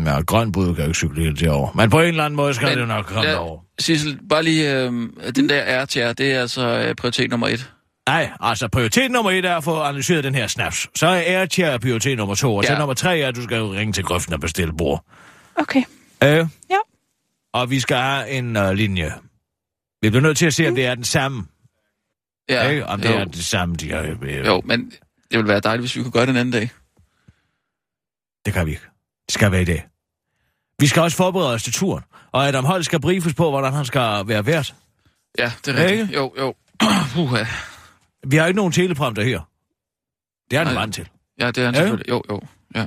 [SPEAKER 4] Ja, grøn bud kan jo ikke cykle helt derovre. Men på en eller anden måde skal
[SPEAKER 5] Men
[SPEAKER 4] det jo nok komme
[SPEAKER 5] lad-
[SPEAKER 4] derover.
[SPEAKER 5] Sissel, bare lige, øh, den der R til R, det er altså øh, prioritet nummer et.
[SPEAKER 4] Nej, altså prioritet nummer et er at få analyseret den her snaps. Så er Airchair prioritet nummer to, og ja. så
[SPEAKER 5] Ja.
[SPEAKER 4] nummer tre er, at du skal jo ringe til grøften og bestille bord.
[SPEAKER 7] Okay.
[SPEAKER 4] Øh?
[SPEAKER 7] Ja.
[SPEAKER 4] Og vi skal have en uh, linje. Vi bliver nødt til at se, om det er den samme.
[SPEAKER 5] Mm. Ja,
[SPEAKER 4] ikke? Om det
[SPEAKER 5] jo.
[SPEAKER 4] er det samme, de har... Øh,
[SPEAKER 5] Jo, men det ville være dejligt, hvis vi kunne gøre det en anden dag.
[SPEAKER 4] Det kan vi ikke. Det skal være i dag. Vi skal også forberede os til turen, og Adam Holt skal briefes på, hvordan han skal være vært.
[SPEAKER 5] Ja, det er rigtigt.
[SPEAKER 4] Ikke?
[SPEAKER 5] Jo, jo. Puh, ja.
[SPEAKER 4] Vi har ikke nogen teleprompter her. Det er han
[SPEAKER 5] Nej.
[SPEAKER 4] vant til.
[SPEAKER 5] ja, det er han
[SPEAKER 4] Ja.
[SPEAKER 5] selvfølgelig. Jo, jo. Ja.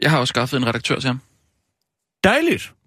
[SPEAKER 5] Jeg har også skaffet en redaktør til ham.
[SPEAKER 4] Dejligt!